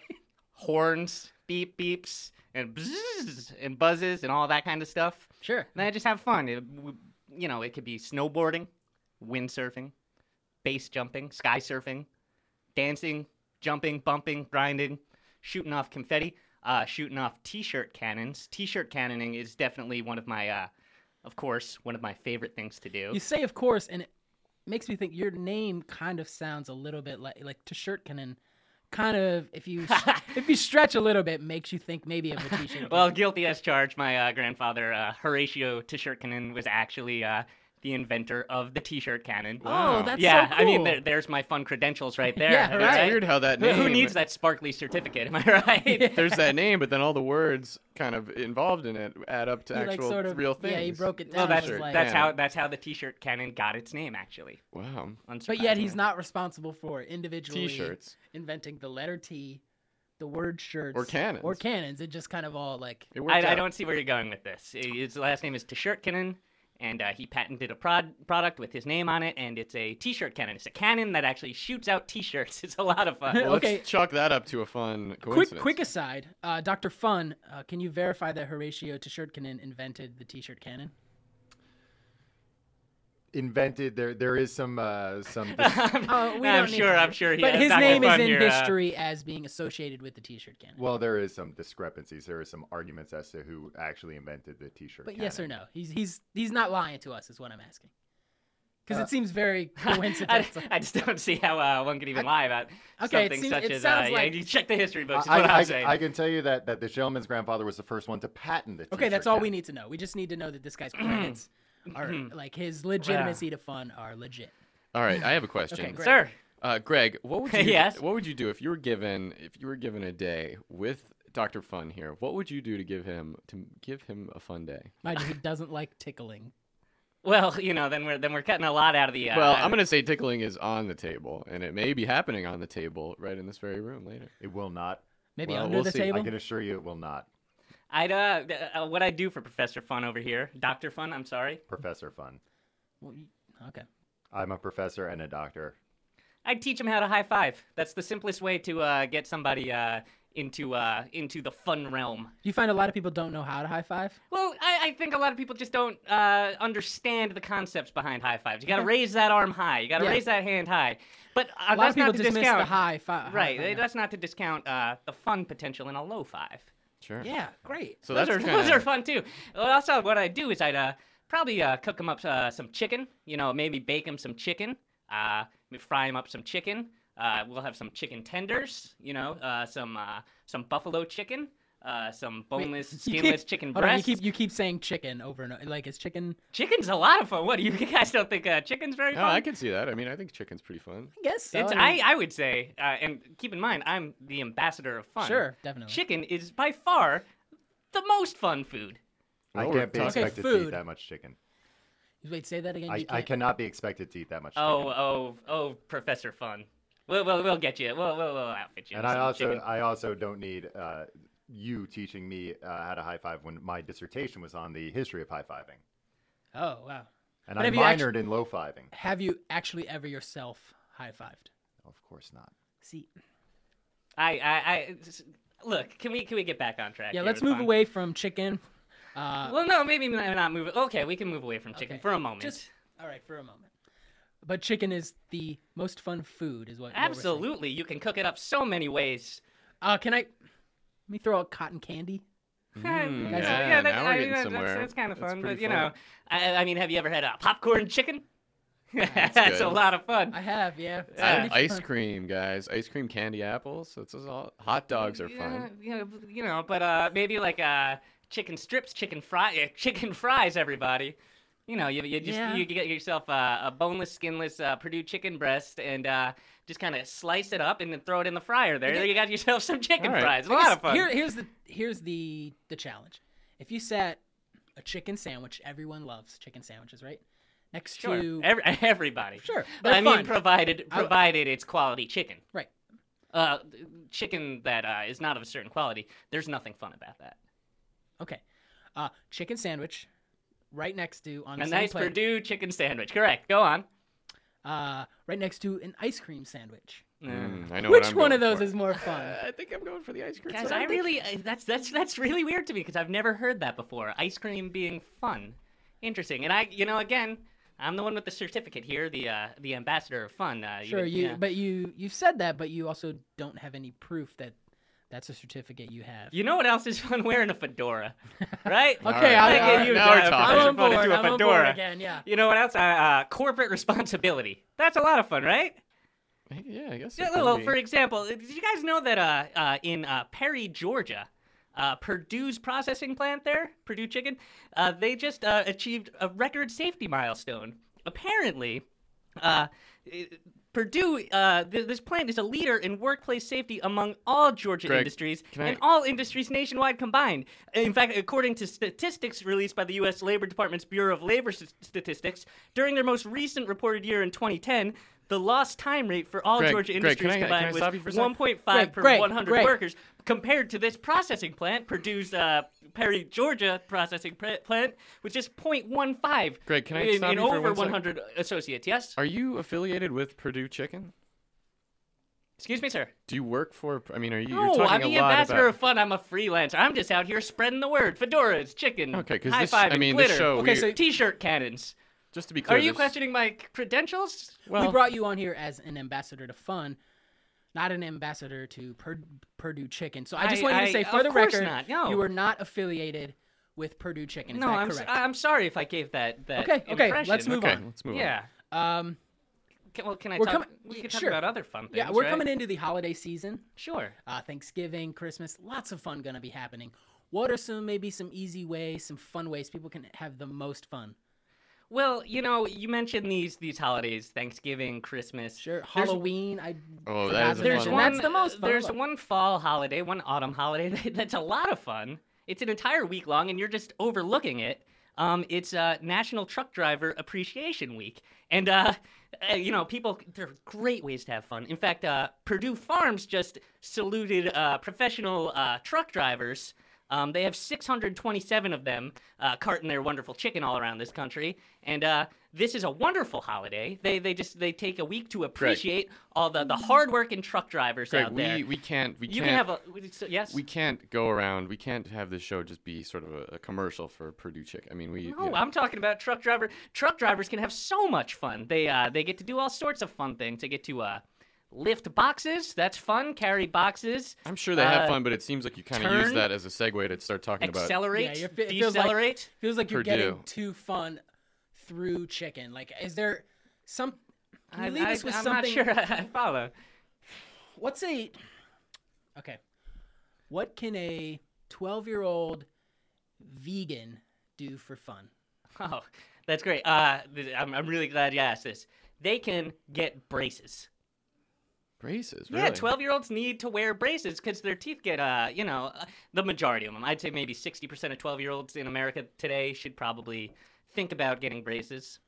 Speaker 11: horns, beep beeps, and bzzz, and buzzes, and all that kind of stuff.
Speaker 1: Sure.
Speaker 11: And I just have fun. It, w- you know, it could be snowboarding, windsurfing, base jumping, sky surfing, dancing, jumping, bumping, grinding, shooting off confetti, uh, shooting off t-shirt cannons. T-shirt cannoning is definitely one of my, uh, of course, one of my favorite things to do.
Speaker 1: You say of course and it makes me think your name kind of sounds a little bit like like Tashirtkinen. Kind of if you if you stretch a little bit makes you think maybe of a t-shirt.
Speaker 11: well, guilty as charged. My uh, grandfather uh, Horatio T-shirt cannon was actually uh, the inventor of the T-shirt cannon.
Speaker 1: Wow. that's so
Speaker 11: yeah. I mean,
Speaker 1: cool.
Speaker 11: there, there's my fun credentials right there.
Speaker 1: Yeah,
Speaker 2: It's
Speaker 11: right?
Speaker 2: weird how that
Speaker 11: Who-
Speaker 2: name.
Speaker 11: Who needs that sparkly certificate? Am I right?
Speaker 2: There's that name, but then all the words kind of involved in it add up to
Speaker 1: He, like,
Speaker 2: actual
Speaker 1: sort of-
Speaker 2: real
Speaker 1: yeah,
Speaker 2: things.
Speaker 1: he broke it
Speaker 11: well,
Speaker 1: down,
Speaker 11: that's
Speaker 1: it was like-
Speaker 11: that's how that's how the T-shirt cannon got its name, actually.
Speaker 2: Wow.
Speaker 1: but yet he's not responsible for individually
Speaker 2: T-shirts.
Speaker 1: inventing the letter T, the word shirts
Speaker 2: cannons.
Speaker 1: Or cannons. It just kind of all like
Speaker 2: It worked
Speaker 11: I, I
Speaker 2: out.
Speaker 11: don't see where you're going with this. His last name is T-shirt cannon. And uh, he patented a prod- product with his name on it, and it's a T-shirt cannon. It's a cannon that actually shoots out T-shirts. It's a lot of fun.
Speaker 2: Well,
Speaker 1: Okay.
Speaker 2: Let's chalk that up to a fun coincidence.
Speaker 1: Quick, quick aside, uh, Doctor Fun, uh, can you verify that Horatio Tshirtkanin invented the T-shirt cannon?
Speaker 10: Invented there. There is some uh, some dis-
Speaker 1: Uh,
Speaker 11: I'm sure- I'm sure he
Speaker 1: But
Speaker 11: has
Speaker 1: his
Speaker 11: Dr.
Speaker 1: name is
Speaker 11: Fun
Speaker 1: in
Speaker 11: here, uh,
Speaker 1: history as being associated with the T-shirt cannon.
Speaker 10: well, there is some discrepancies. There is some arguments as to who actually invented the T-shirt.
Speaker 1: But yes or
Speaker 10: cannon.
Speaker 1: no, he's he's he's not lying to us, is what I'm asking. Because it seems very
Speaker 11: I,
Speaker 1: coincidental.
Speaker 11: I just don't see how uh, one could even lie about
Speaker 1: Okay, it
Speaker 11: something
Speaker 1: seems-
Speaker 11: such
Speaker 1: it
Speaker 11: as. Uh,
Speaker 1: sounds
Speaker 11: yeah,
Speaker 1: like-
Speaker 11: you check the history books. Is
Speaker 10: I,
Speaker 11: what
Speaker 10: I-
Speaker 11: I'm saying.
Speaker 10: I can tell you that that the gentleman's grandfather was the first one to patent the. T-shirt
Speaker 1: okay, that's all we
Speaker 10: cannon.
Speaker 1: need to know. We just need to know that this guy's credits are like his legitimacy to Fun are legit.
Speaker 2: All right, I have a question.
Speaker 1: Okay, great.
Speaker 11: Sir,
Speaker 2: Uh, Greg, what would you
Speaker 11: Yes?
Speaker 2: what would you do if you were given if you were given a day with Dr. Fun here? What would you do to give him to give him a fun day?
Speaker 1: Mind you, he doesn't like tickling.
Speaker 11: well, you know, then we're then we're cutting a lot out of the. Uh,
Speaker 2: well, I'm going to say tickling is on the table and it may be happening on the table right in this very room later.
Speaker 10: It will not.
Speaker 1: Maybe
Speaker 2: Well,
Speaker 1: under
Speaker 2: we'll
Speaker 1: the
Speaker 2: see. I
Speaker 1: table.
Speaker 10: I can assure you, it will not.
Speaker 11: I'd uh, d- uh, what I do for Professor Fun over here, Doctor Fun. I'm sorry.
Speaker 10: Professor Fun.
Speaker 1: Well, you- Okay.
Speaker 10: I'm a professor and a doctor.
Speaker 11: I teach him how to high five. That's the simplest way to uh, get somebody uh, into uh, into the fun realm.
Speaker 1: You find a lot of people don't know how to high five.
Speaker 11: Well, I, I think a lot of people just don't uh, understand the concepts behind high fives. You got to raise that arm high. You got to
Speaker 1: Yeah.
Speaker 11: raise that hand high. But uh,
Speaker 1: A lot
Speaker 11: that's
Speaker 1: of people
Speaker 11: not to
Speaker 1: dismiss
Speaker 11: discount
Speaker 1: the high five.
Speaker 11: Right. That's not to discount uh, the fun potential in a low five.
Speaker 2: Sure.
Speaker 1: Yeah, great.
Speaker 2: So
Speaker 11: those
Speaker 2: that's
Speaker 11: are
Speaker 2: kinda-
Speaker 11: those are fun too. Well, also, what I do is I'd uh, probably uh, cook them up uh, some chicken. You know, maybe bake them some chicken. Uh, maybe fry them up some chicken. Uh, we'll have some chicken tenders. You know, uh, some uh, some buffalo chicken. Uh, some boneless,
Speaker 1: You
Speaker 11: skinless
Speaker 1: keep-
Speaker 11: chicken
Speaker 1: hold on,
Speaker 11: breast.
Speaker 1: you keep you keep saying chicken over and over. Like it's chicken.
Speaker 11: Chicken's a lot of fun. What do you guys don't think uh, chicken's very
Speaker 2: No,
Speaker 11: fun?
Speaker 2: I can see that. I mean, I think chicken's pretty fun.
Speaker 1: I guess so.
Speaker 11: It's,
Speaker 1: I
Speaker 11: I,
Speaker 1: mean,
Speaker 11: I would say, uh, and keep in mind, I'm the ambassador of fun.
Speaker 1: Sure, definitely.
Speaker 11: Chicken is by far the most fun food.
Speaker 10: I
Speaker 2: Well, we're
Speaker 10: can't be
Speaker 2: talking-
Speaker 10: expected to
Speaker 1: food.
Speaker 10: eat that much chicken.
Speaker 1: Wait, say that again.
Speaker 10: I,
Speaker 1: You
Speaker 10: I
Speaker 1: can't-
Speaker 10: cannot be expected to eat that much
Speaker 11: Oh,
Speaker 10: chicken.
Speaker 11: oh, oh, Professor Fun. We'll, we'll, we'll get you. We'll, we'll, we'll outfit you.
Speaker 10: and
Speaker 11: with
Speaker 10: I
Speaker 11: some
Speaker 10: also
Speaker 11: chicken.
Speaker 10: I also don't need uh, you teaching me uh, how to high five when my dissertation was on the history of high fiving,
Speaker 1: Oh wow.
Speaker 10: and
Speaker 1: But
Speaker 10: I
Speaker 1: have
Speaker 10: minored
Speaker 1: you actu-
Speaker 10: in low fiving.
Speaker 1: Have you actually ever yourself high fived?
Speaker 10: Of course not.
Speaker 1: See,
Speaker 11: I, I, I s- look. Can we can we get back on track?
Speaker 1: yeah,
Speaker 11: here?
Speaker 1: let's
Speaker 11: It's
Speaker 1: move
Speaker 11: fine.
Speaker 1: away from chicken. Uh,
Speaker 11: Well, no, maybe not not move. Okay, we can move away from chicken
Speaker 1: okay.
Speaker 11: for a moment.
Speaker 1: Just- all right, for a moment. But chicken is the most fun food, is what. what we're saying.
Speaker 11: Absolutely, you can cook it up so many ways.
Speaker 1: Uh, can I? Let me throw out cotton candy.
Speaker 11: Mm,
Speaker 1: Guys,
Speaker 11: yeah,
Speaker 1: yeah,
Speaker 11: that-
Speaker 1: now we're
Speaker 11: I mean,
Speaker 1: getting
Speaker 11: that-
Speaker 1: somewhere.
Speaker 11: That's, that's kind of
Speaker 1: That's
Speaker 11: fun, but
Speaker 1: pretty
Speaker 11: you
Speaker 1: fun.
Speaker 11: know, I, I mean, have you ever had a popcorn chicken? that's a
Speaker 2: good.
Speaker 11: lot of fun.
Speaker 1: I have, yeah.
Speaker 2: And ice cream, guys. Ice cream, candy apples. That's just all. Hot dogs are
Speaker 11: Yeah,
Speaker 2: fun.
Speaker 11: you know, b- you know, but uh, maybe like uh, chicken strips, chicken fry, uh, chicken fries. Everybody, you know, you, you just
Speaker 12: Yeah.
Speaker 11: you get yourself uh, a boneless, skinless uh, Purdue chicken breast and uh, just kind of slice it up and then throw it in the fryer. There,
Speaker 1: Yeah.
Speaker 11: you got yourself some chicken
Speaker 1: All right.
Speaker 11: fries. A
Speaker 1: I
Speaker 11: lot
Speaker 1: guess
Speaker 11: of fun.
Speaker 1: Here, here's the here's the the challenge. If you set a chicken sandwich, everyone loves chicken sandwiches, right? Next
Speaker 11: sure,
Speaker 1: to
Speaker 11: Every, everybody.
Speaker 1: Sure, they're
Speaker 11: I
Speaker 1: fun.
Speaker 11: mean, provided
Speaker 1: I-
Speaker 11: provided it's quality chicken.
Speaker 1: Right.
Speaker 11: Uh, th- chicken that uh, is not of a certain quality. There's nothing fun about that.
Speaker 1: okay, uh, chicken sandwich, right next to on the
Speaker 11: a
Speaker 1: same
Speaker 11: nice
Speaker 1: plate,
Speaker 11: Purdue chicken sandwich. Correct. Go on.
Speaker 1: uh, right next to an ice cream sandwich.
Speaker 2: Mm, I know
Speaker 1: Which
Speaker 2: what I'm
Speaker 1: one of
Speaker 2: going
Speaker 1: those
Speaker 2: for.
Speaker 1: is more fun?
Speaker 11: Uh,
Speaker 2: I think I'm going for the ice cream.
Speaker 11: Guys, I really I- that's that's that's really weird to me because I've never heard that before. Ice cream being fun, interesting. And I, you know, again, I'm the one with the certificate here, the uh, the ambassador of fun. Uh,
Speaker 1: sure,
Speaker 11: would-
Speaker 1: you
Speaker 11: yeah.
Speaker 1: but you you said that, but you also don't have any proof that that's a certificate you have.
Speaker 11: You know what else is fun? Wearing a fedora, right?
Speaker 1: All right,
Speaker 11: I
Speaker 1: all right,
Speaker 11: give you
Speaker 1: now we're
Speaker 11: that.
Speaker 1: talking. I'm on
Speaker 11: Put it
Speaker 1: board,
Speaker 11: to a
Speaker 1: I'm on board
Speaker 11: fedora.
Speaker 1: again, yeah.
Speaker 11: You know what else? Uh, uh, corporate responsibility. That's a lot of fun, right?
Speaker 2: Yeah, I guess.
Speaker 11: Yeah,
Speaker 2: it can
Speaker 11: well,
Speaker 2: be.
Speaker 11: for example, did you guys know that uh, uh, in uh, Perry, Georgia, uh, Purdue's processing plant there, Purdue Chicken, uh, they just uh, achieved a record safety milestone. Apparently, uh, it- Purdue, uh, th- this plant is a leader in workplace safety among all Georgia
Speaker 2: Greg,
Speaker 11: industries
Speaker 2: can I-
Speaker 11: and all industries nationwide combined. In fact, according to statistics released by the U.S. Labor Department's Bureau of Labor S- Statistics, during their most recent reported year in 2010, the lost time rate for all
Speaker 2: Greg,
Speaker 11: Georgia
Speaker 2: Greg, can
Speaker 11: industries
Speaker 2: I- can I
Speaker 11: combined
Speaker 2: stop you for a
Speaker 11: was
Speaker 2: sec?
Speaker 11: 1.5
Speaker 2: Greg,
Speaker 11: per
Speaker 2: Greg,
Speaker 11: 100
Speaker 2: Greg.
Speaker 11: workers, compared to this processing plant, Purdue's uh, Perry, Georgia processing pre- plant, which is 0.15
Speaker 2: Greg, can I
Speaker 11: in,
Speaker 2: stop
Speaker 11: in
Speaker 2: you for
Speaker 11: over
Speaker 2: one sec?
Speaker 11: 100 associates. Yes.
Speaker 2: Are you affiliated with Purdue Chicken?
Speaker 11: Excuse me, sir.
Speaker 2: Do you work for? I mean, are you? you're
Speaker 11: No,
Speaker 2: talking
Speaker 11: I'm the
Speaker 2: a lot
Speaker 11: ambassador
Speaker 2: about...
Speaker 11: of fun. I'm a freelancer. I'm just out here spreading the word. Fedoras, chicken,
Speaker 2: Okay, 'cause
Speaker 11: high
Speaker 2: this-
Speaker 11: five,
Speaker 2: I mean,
Speaker 11: and
Speaker 2: this
Speaker 11: glitter.
Speaker 2: show,
Speaker 11: okay,
Speaker 2: we-
Speaker 11: so t-shirt cannons.
Speaker 2: Just to be
Speaker 11: Are
Speaker 2: clear,
Speaker 11: you
Speaker 2: this-
Speaker 11: questioning my credentials?
Speaker 1: we brought you on here as an ambassador to fun, not an ambassador to Pur- Purdue Chicken. So I just
Speaker 11: I-
Speaker 1: wanted
Speaker 11: I-
Speaker 1: to say, for
Speaker 11: of
Speaker 1: the
Speaker 11: course
Speaker 1: record,
Speaker 11: not, no.
Speaker 1: you were not affiliated with Purdue Chicken. Is
Speaker 11: no,
Speaker 1: that
Speaker 11: I'm s-
Speaker 1: correct?
Speaker 11: I'm sorry if I gave that that
Speaker 1: okay, okay,
Speaker 11: impression.
Speaker 1: let's move
Speaker 11: Okay,
Speaker 1: on.
Speaker 2: let's move
Speaker 11: on. Yeah.
Speaker 1: Um,
Speaker 11: Can, well, can I
Speaker 1: we're
Speaker 11: talk?
Speaker 1: coming-
Speaker 11: we
Speaker 1: yeah,
Speaker 11: can talk
Speaker 1: sure.
Speaker 11: about other fun things.
Speaker 1: Yeah, we're
Speaker 11: right?
Speaker 1: coming into the holiday season.
Speaker 11: Sure.
Speaker 1: Uh, Thanksgiving, Christmas, lots of fun gonna be happening. What are some maybe some easy ways, some fun ways people can have the most fun?
Speaker 11: Well, you know, you mentioned these these holidays: Thanksgiving, Christmas, sure,
Speaker 1: Halloween. I
Speaker 2: Oh,
Speaker 1: forgot
Speaker 2: that is a
Speaker 1: there's
Speaker 2: fun
Speaker 1: one-
Speaker 2: one.
Speaker 1: That's the most fun
Speaker 11: There's
Speaker 1: one.
Speaker 11: one fall holiday, one autumn holiday that, that's a lot of fun. It's an entire week long, and you're just overlooking it. Um, it's uh, National Truck Driver Appreciation Week, and uh, uh, you know, people there are great ways to have fun. In fact, uh, Purdue Farms just saluted uh, professional uh, truck drivers. Um, they have 627 of them uh, carting their wonderful chicken all around this country, and uh, this is a wonderful holiday. They they just they take a week to appreciate all the the hardworking truck drivers
Speaker 2: Greg,
Speaker 11: out
Speaker 2: we,
Speaker 11: there.
Speaker 2: we can't. We
Speaker 11: you
Speaker 2: can't,
Speaker 11: can have a we- so- yes.
Speaker 2: We can't go around. We can't have this show just be sort of a, a commercial for Purdue Chicken. I mean, we.
Speaker 11: No, I'm talking about truck driver. Truck drivers can have so much fun. They uh, they get to do all sorts of fun things. They get to uh, lift boxes. That's fun. Carry boxes.
Speaker 2: I'm sure they have fun, but it seems like you kind of use
Speaker 11: uh, turn,
Speaker 2: that as a segue to start talking
Speaker 11: accelerate,
Speaker 1: Yeah, you're fe- it feels like-
Speaker 11: decelerate.
Speaker 1: feels like you're getting
Speaker 2: Purdue.
Speaker 1: too fun through chicken. Like, is there some? Can
Speaker 11: I-
Speaker 1: you leave
Speaker 11: I-
Speaker 1: us with
Speaker 11: I'm not
Speaker 1: something?
Speaker 11: sure I follow.
Speaker 1: What's a? Okay, what can a twelve-year-old vegan do for fun?
Speaker 11: Oh, that's great. Uh, th- I'm, I'm really glad you asked this. They can get braces.
Speaker 2: about braces.
Speaker 11: Yeah,
Speaker 2: really.
Speaker 11: 12 year olds need to wear braces because their teeth get, uh, you know, uh, the majority of them. I'd say maybe 60% of 12 year olds in America today should probably think about getting braces.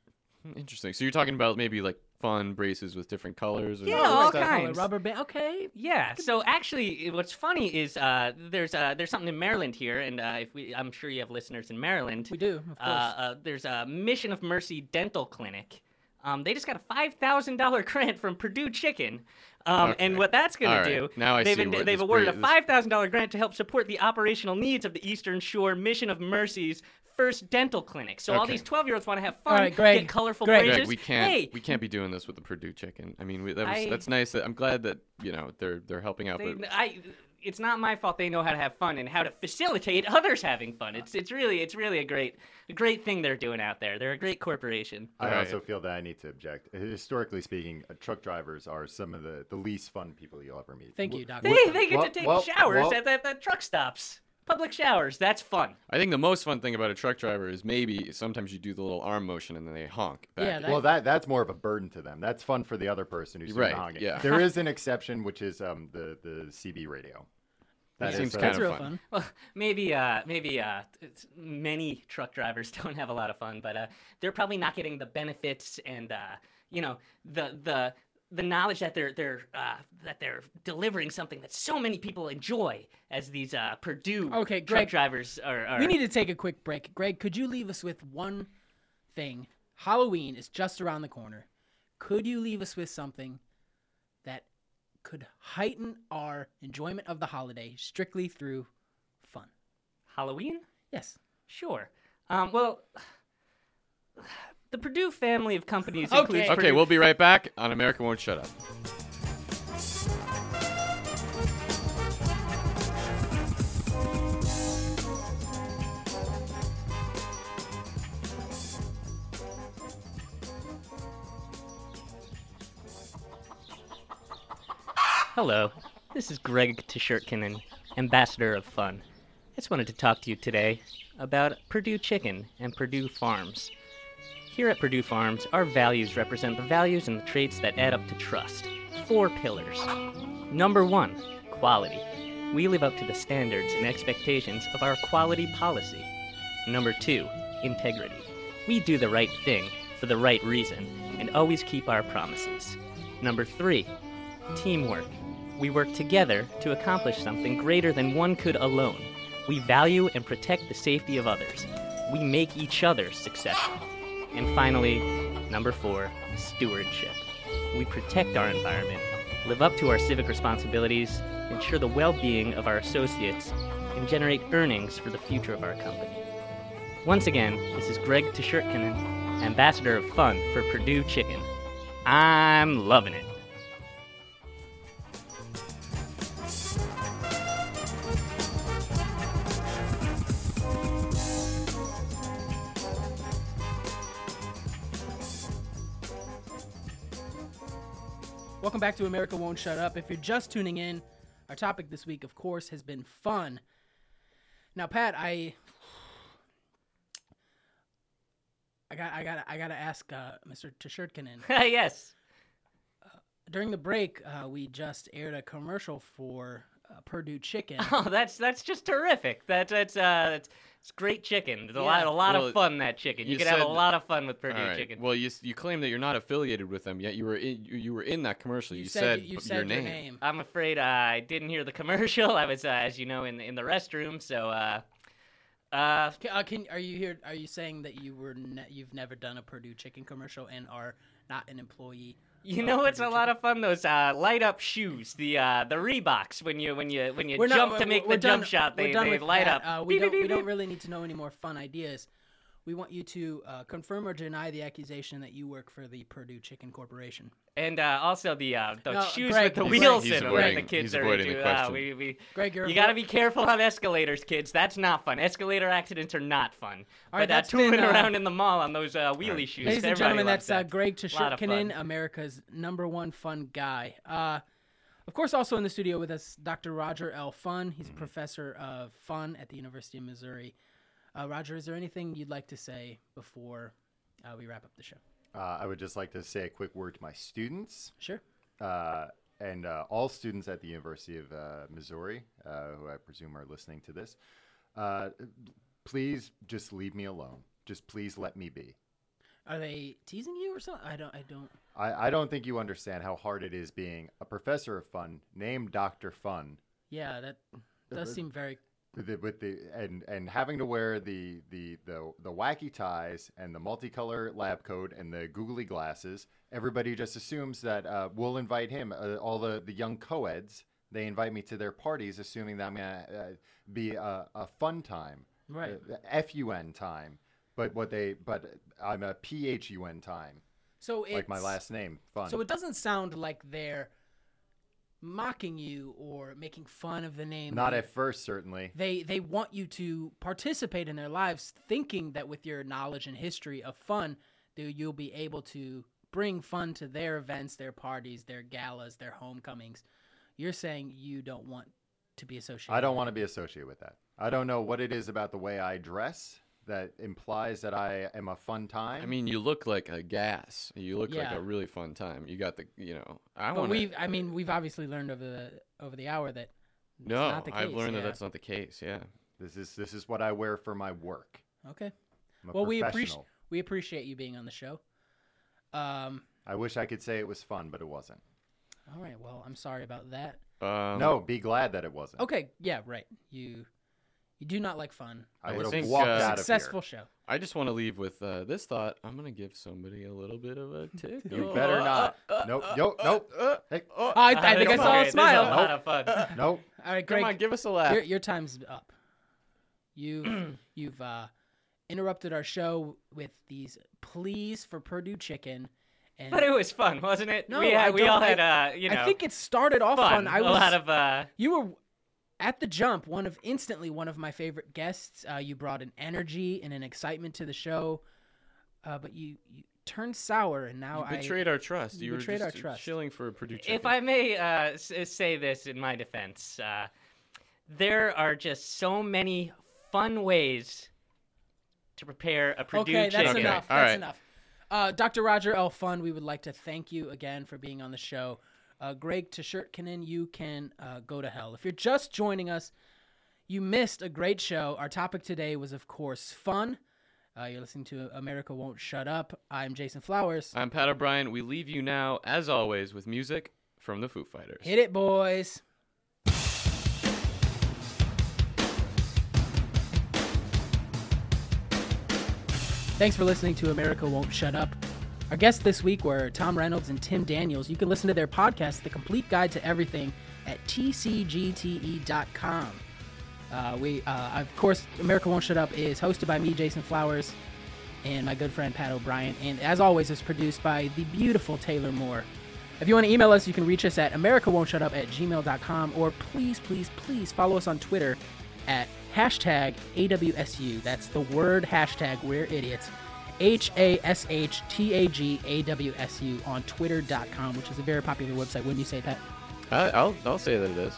Speaker 2: Hmm, Interesting. So you're talking about maybe like fun braces with different colors. or
Speaker 11: Oh,
Speaker 1: Yeah,
Speaker 2: different
Speaker 1: all
Speaker 2: stuff.
Speaker 1: kinds. Rubber band. Okay.
Speaker 11: Yeah. So actually, i- what's funny is uh, there's uh, there's something in Maryland here, and uh, if we, I'm sure you have listeners in Maryland. We
Speaker 1: do. Of course.
Speaker 11: Uh, uh, there's a Mission of Mercy Dental Clinic. Um, they just got a five thousand dollar grant from Purdue Chicken. Um, And
Speaker 2: Okay.
Speaker 11: what that's going
Speaker 2: All right.
Speaker 11: to do,
Speaker 2: Now I
Speaker 11: they've,
Speaker 2: see
Speaker 11: been-
Speaker 2: what
Speaker 11: they've
Speaker 2: this
Speaker 11: awarded
Speaker 2: bri-
Speaker 11: a
Speaker 2: this-
Speaker 11: five thousand dollar grant to help support the operational needs of the Eastern Shore Mission of Mercy's first dental clinic. So all
Speaker 2: Okay.
Speaker 11: these twelve year olds want to have
Speaker 1: All
Speaker 11: fun,
Speaker 1: right, Greg.
Speaker 11: get colorful
Speaker 1: Greg.
Speaker 11: braces.
Speaker 2: Greg, we can't
Speaker 11: Hey,
Speaker 2: we can't be doing this with the Purdue chicken. I mean, we, that was,
Speaker 11: I-
Speaker 2: that's nice. That, I'm glad that you know they're they're helping out.
Speaker 11: They,
Speaker 2: but
Speaker 11: I, it's not my fault they know how to have fun and how to facilitate others having fun. It's it's really it's really a great a great thing they're doing out there. They're a great corporation.
Speaker 10: I also feel that I need to object. Historically speaking, uh, truck drivers are some of the, the least fun people you'll ever meet.
Speaker 1: Thank
Speaker 10: Wh-
Speaker 1: you, Doc.
Speaker 11: They,
Speaker 10: wh-
Speaker 11: they get
Speaker 10: wh-
Speaker 11: to take
Speaker 10: wh-
Speaker 11: showers
Speaker 10: wh-
Speaker 11: at, at the truck stops, public showers. That's fun.
Speaker 2: I think the most fun thing about a truck driver is maybe sometimes you do the little arm motion and then they honk. Back.
Speaker 1: Yeah, that-
Speaker 10: well, that that's more of a burden to them. That's fun for the other person who's doing
Speaker 2: Right,
Speaker 10: the honking.
Speaker 2: yeah.
Speaker 10: There is an exception, which is um, the the CB radio.
Speaker 2: That
Speaker 10: is,
Speaker 2: seems
Speaker 10: uh,
Speaker 2: kind of fun.
Speaker 11: Well, maybe uh, maybe uh, it's- many truck drivers don't have a lot of fun, but uh, they're probably not getting the benefits and uh, you know the the the knowledge that they're they're uh, that they're delivering something that so many people enjoy as these uh, Purdue
Speaker 1: Okay,
Speaker 11: truck
Speaker 1: Greg,
Speaker 11: drivers are. are
Speaker 1: We need to take a quick break. Greg, could you leave us with one thing? Halloween is just around the corner. Could you leave us with something that could heighten our enjoyment of the holiday strictly through fun?
Speaker 11: Halloween.
Speaker 1: Yes.
Speaker 11: Sure. Um, well, the Purdue family of companies
Speaker 1: Okay.
Speaker 11: includes
Speaker 2: Okay,
Speaker 11: Purdue-
Speaker 2: we'll be right back on America Won't Shut Up.
Speaker 11: Hello, this is Greg Tshirtkinen, ambassador of fun. I just wanted to talk to you today about Purdue Chicken and Purdue Farms. Here at Purdue Farms, our values represent the values and the traits that add up to trust. Four pillars. Number one, quality. We live up to the standards and expectations of our quality policy. Number two, integrity. We do the right thing for the right reason and always keep our promises. Number three, teamwork. We work together to accomplish something greater than one could alone. We value and protect the safety of others. We make each other successful. And finally, number four, stewardship. We protect our environment, live up to our civic responsibilities, ensure the well being of our associates, and generate earnings for the future of our company. Once again, this is Greg Tshirtkinen, Ambassador of Fun for Purdue Chicken. I'm loving it.
Speaker 1: Welcome back to America Won't Shut Up. If you're just tuning in, our topic this week, of course, has been fun. Now, Pat, I, I got, I got, I got to ask uh, Mr. Tshirtkinen.
Speaker 11: yes.
Speaker 1: During the break, uh, we just aired a commercial for uh, Purdue Chicken.
Speaker 11: Oh, that's that's just terrific. That's that's uh, that's it's great chicken. There's a
Speaker 1: Yeah.
Speaker 11: lot a lot
Speaker 2: Well,
Speaker 11: of fun that chicken. You,
Speaker 2: you
Speaker 11: could have a
Speaker 2: said-
Speaker 11: lot of fun with Purdue
Speaker 2: All right.
Speaker 11: chicken.
Speaker 2: Well, you s- you claim that you're not affiliated with them yet. You were in you, you were in that commercial. You,
Speaker 1: said-
Speaker 2: said,
Speaker 1: you
Speaker 2: b-
Speaker 1: said your
Speaker 2: your name.
Speaker 1: name.
Speaker 11: I'm afraid I didn't hear the commercial. I was, uh, as you know, in the, in the restroom. So, uh, uh,
Speaker 1: Can, uh, can are you here? Are you saying that you were ne- you've never done a Purdue Chicken commercial and are not an employee?
Speaker 11: you
Speaker 1: of
Speaker 11: know what's
Speaker 1: Purdue
Speaker 11: a lot of fun? Those uh, light up shoes, the uh, the Reeboks. When you when you when you
Speaker 1: We're not-
Speaker 11: jump
Speaker 1: we're-
Speaker 11: to make
Speaker 1: we're
Speaker 11: the jump
Speaker 1: done-
Speaker 11: shot,
Speaker 1: we're
Speaker 11: they,
Speaker 1: done
Speaker 11: they
Speaker 1: with
Speaker 11: light
Speaker 1: that.
Speaker 11: up.
Speaker 1: Uh, we
Speaker 11: Beep,
Speaker 1: don't,
Speaker 11: beep,
Speaker 1: we don't
Speaker 11: beep.
Speaker 1: really need to know any more fun ideas. We want you to uh, confirm or deny the accusation that you work for the Purdue Chicken Corporation.
Speaker 11: And uh, also the uh, the
Speaker 1: No,
Speaker 11: shoes
Speaker 1: Greg,
Speaker 11: with the
Speaker 1: he's-
Speaker 11: wheels
Speaker 1: he's
Speaker 11: in them
Speaker 2: avoiding-
Speaker 11: that the kids
Speaker 2: he's
Speaker 11: are
Speaker 2: avoiding the
Speaker 11: into. Ah,
Speaker 2: question.
Speaker 11: we, we,
Speaker 1: Greg, you're
Speaker 11: you got to
Speaker 1: avo-
Speaker 11: be careful on escalators, kids. That's not fun. Escalator accidents are not fun.
Speaker 1: All right,
Speaker 11: but uh,
Speaker 1: that's been,
Speaker 11: tooling
Speaker 1: uh,
Speaker 11: around in the mall on those uh, wheelie shoes.
Speaker 1: Ladies and
Speaker 11: everybody
Speaker 1: gentlemen,
Speaker 11: loves
Speaker 1: that's uh,
Speaker 11: that.
Speaker 1: Greg
Speaker 11: Lot of fun.
Speaker 1: Tshirtkinen, America's number one fun guy. Uh, of course, also in the studio with us, Dr. Roger L. Fun.
Speaker 11: Mm-hmm.
Speaker 1: He's a professor of fun at the University of Missouri. Uh, Roger, is there anything you'd like to say before uh, we wrap up the show?
Speaker 10: Uh, I would just like to say a quick word to my students.
Speaker 1: Sure.
Speaker 10: Uh, and uh, all students at the University of uh, Missouri, uh, who I presume are listening to this, uh, please just leave me alone. Just please let me be.
Speaker 1: Are they teasing you or something? I don't. I don't.
Speaker 10: I, I don't think you understand how hard it is being a professor of fun named Dr. Fun
Speaker 1: Yeah, that does
Speaker 10: but-
Speaker 1: seem very.
Speaker 10: with the, with the and and having to wear the the the the wacky ties and the multicolor lab coat and the googly glasses everybody just assumes that uh, we'll invite him uh, all the the young co-eds they invite me to their parties assuming that i'm gonna uh, be a, a fun time
Speaker 1: Right.
Speaker 10: uh, fun time but what they but i'm a phun time
Speaker 1: So it's
Speaker 10: like my last name fun
Speaker 1: So it doesn't sound like they're mocking you or making fun of the name.
Speaker 10: not
Speaker 1: They-
Speaker 10: at first certainly
Speaker 1: They they want you to participate in their lives, thinking that with your knowledge and history of fun, that you'll be able to bring fun to their events, their parties, their galas, their homecomings. You're saying you don't want to be associated.
Speaker 10: I don't want to be associated with that. I don't know what it is about the way I dress that implies that I am a fun time.
Speaker 2: I mean, you look like a gas. You look like
Speaker 1: Yeah.
Speaker 2: a really fun time. You got the, you know, I
Speaker 1: But
Speaker 2: want
Speaker 1: we've I mean we've obviously learned over the over the hour that it's
Speaker 2: No,
Speaker 1: not the
Speaker 2: I've
Speaker 1: case,
Speaker 2: learned
Speaker 1: yeah.
Speaker 2: that that's not the case. Yeah.
Speaker 10: This is this is what I wear for my work.
Speaker 1: Okay.
Speaker 10: I'm a
Speaker 1: well, we appreciate
Speaker 10: professional.
Speaker 1: we appreciate you being on the show. Um,
Speaker 10: I wish I could say it was fun, but it wasn't.
Speaker 1: all right. Well, I'm sorry about that.
Speaker 2: Um,
Speaker 10: no, be glad that it wasn't.
Speaker 1: Oh. Okay. Yeah. Right. You you do not like fun.
Speaker 10: I
Speaker 1: It
Speaker 10: would've
Speaker 1: was a
Speaker 10: walked out of here.
Speaker 1: uh, Successful show.
Speaker 2: I just want to leave with uh, this thought. I'm gonna give somebody a little bit of a tip.
Speaker 10: You better not. nope. nope. Nope. Hey.
Speaker 1: I, I think I
Speaker 2: Come
Speaker 1: saw
Speaker 2: on.
Speaker 1: a smile.
Speaker 2: Nope.
Speaker 10: Nope.
Speaker 1: All right, Greg.
Speaker 2: Come on, give us a laugh.
Speaker 1: Your, your time's up. You you've uh, interrupted our show with these pleas for Purdue chicken. And
Speaker 11: But it was fun, wasn't it?
Speaker 1: No,
Speaker 11: we, had,
Speaker 1: I
Speaker 11: we
Speaker 1: don't-
Speaker 11: all had,
Speaker 1: I-
Speaker 11: uh, you
Speaker 1: I
Speaker 11: know,
Speaker 1: think it started off on.
Speaker 11: fun.
Speaker 1: I
Speaker 11: a
Speaker 1: was
Speaker 11: lot of uh,
Speaker 1: You were at the jump, one of instantly one of my favorite guests. Uh, you brought an energy and an excitement to the show, uh, but you you turned sour and now
Speaker 2: You betrayed
Speaker 1: I
Speaker 2: our trust.
Speaker 1: You
Speaker 2: You,
Speaker 1: betrayed
Speaker 2: were
Speaker 1: our
Speaker 2: just
Speaker 1: trust.
Speaker 2: Chilling for a Purdue chicken.
Speaker 11: If I may uh, s- say this in my defense, uh, there are just so many fun ways to prepare a Purdue
Speaker 1: okay, that's
Speaker 11: chicken.
Speaker 1: enough.
Speaker 2: all
Speaker 1: that's
Speaker 2: right.
Speaker 1: enough. Uh, Dr. Roger L. Fun, we would like to thank you again for being on the show. Uh, Greg Tshirtkinen, you can uh, go to hell. If you're just joining us, you missed a great show. Our topic today was, of course, fun. Uh, you're listening to America Won't Shut Up. I'm Jason Flowers.
Speaker 2: I'm Pat O'Brien. We leave you now, as always, with music from the Foo Fighters.
Speaker 1: Hit it, boys. Thanks for listening to America Won't Shut Up. Our guests this week were Tom Reynolds and Tim Daniels. You can listen to their podcast, The Complete Guide to Everything, at tcgte.com. E Uh, we, uh, of course, America Won't Shut Up is hosted by me, Jason Flowers, and my good friend Pat O'Brien. And as always, is produced by the beautiful Taylor Moore. If you want to email us, you can reach us at AmericaWon'tShutUp at gmail.com or please, please, please follow us on Twitter at hashtag AWSU. That's the word hashtag We're Idiots. H A S H T A G A W S U on Twitter.com, which is a very popular website, wouldn't you say, Pat?
Speaker 2: I, I'll I'll say that it is.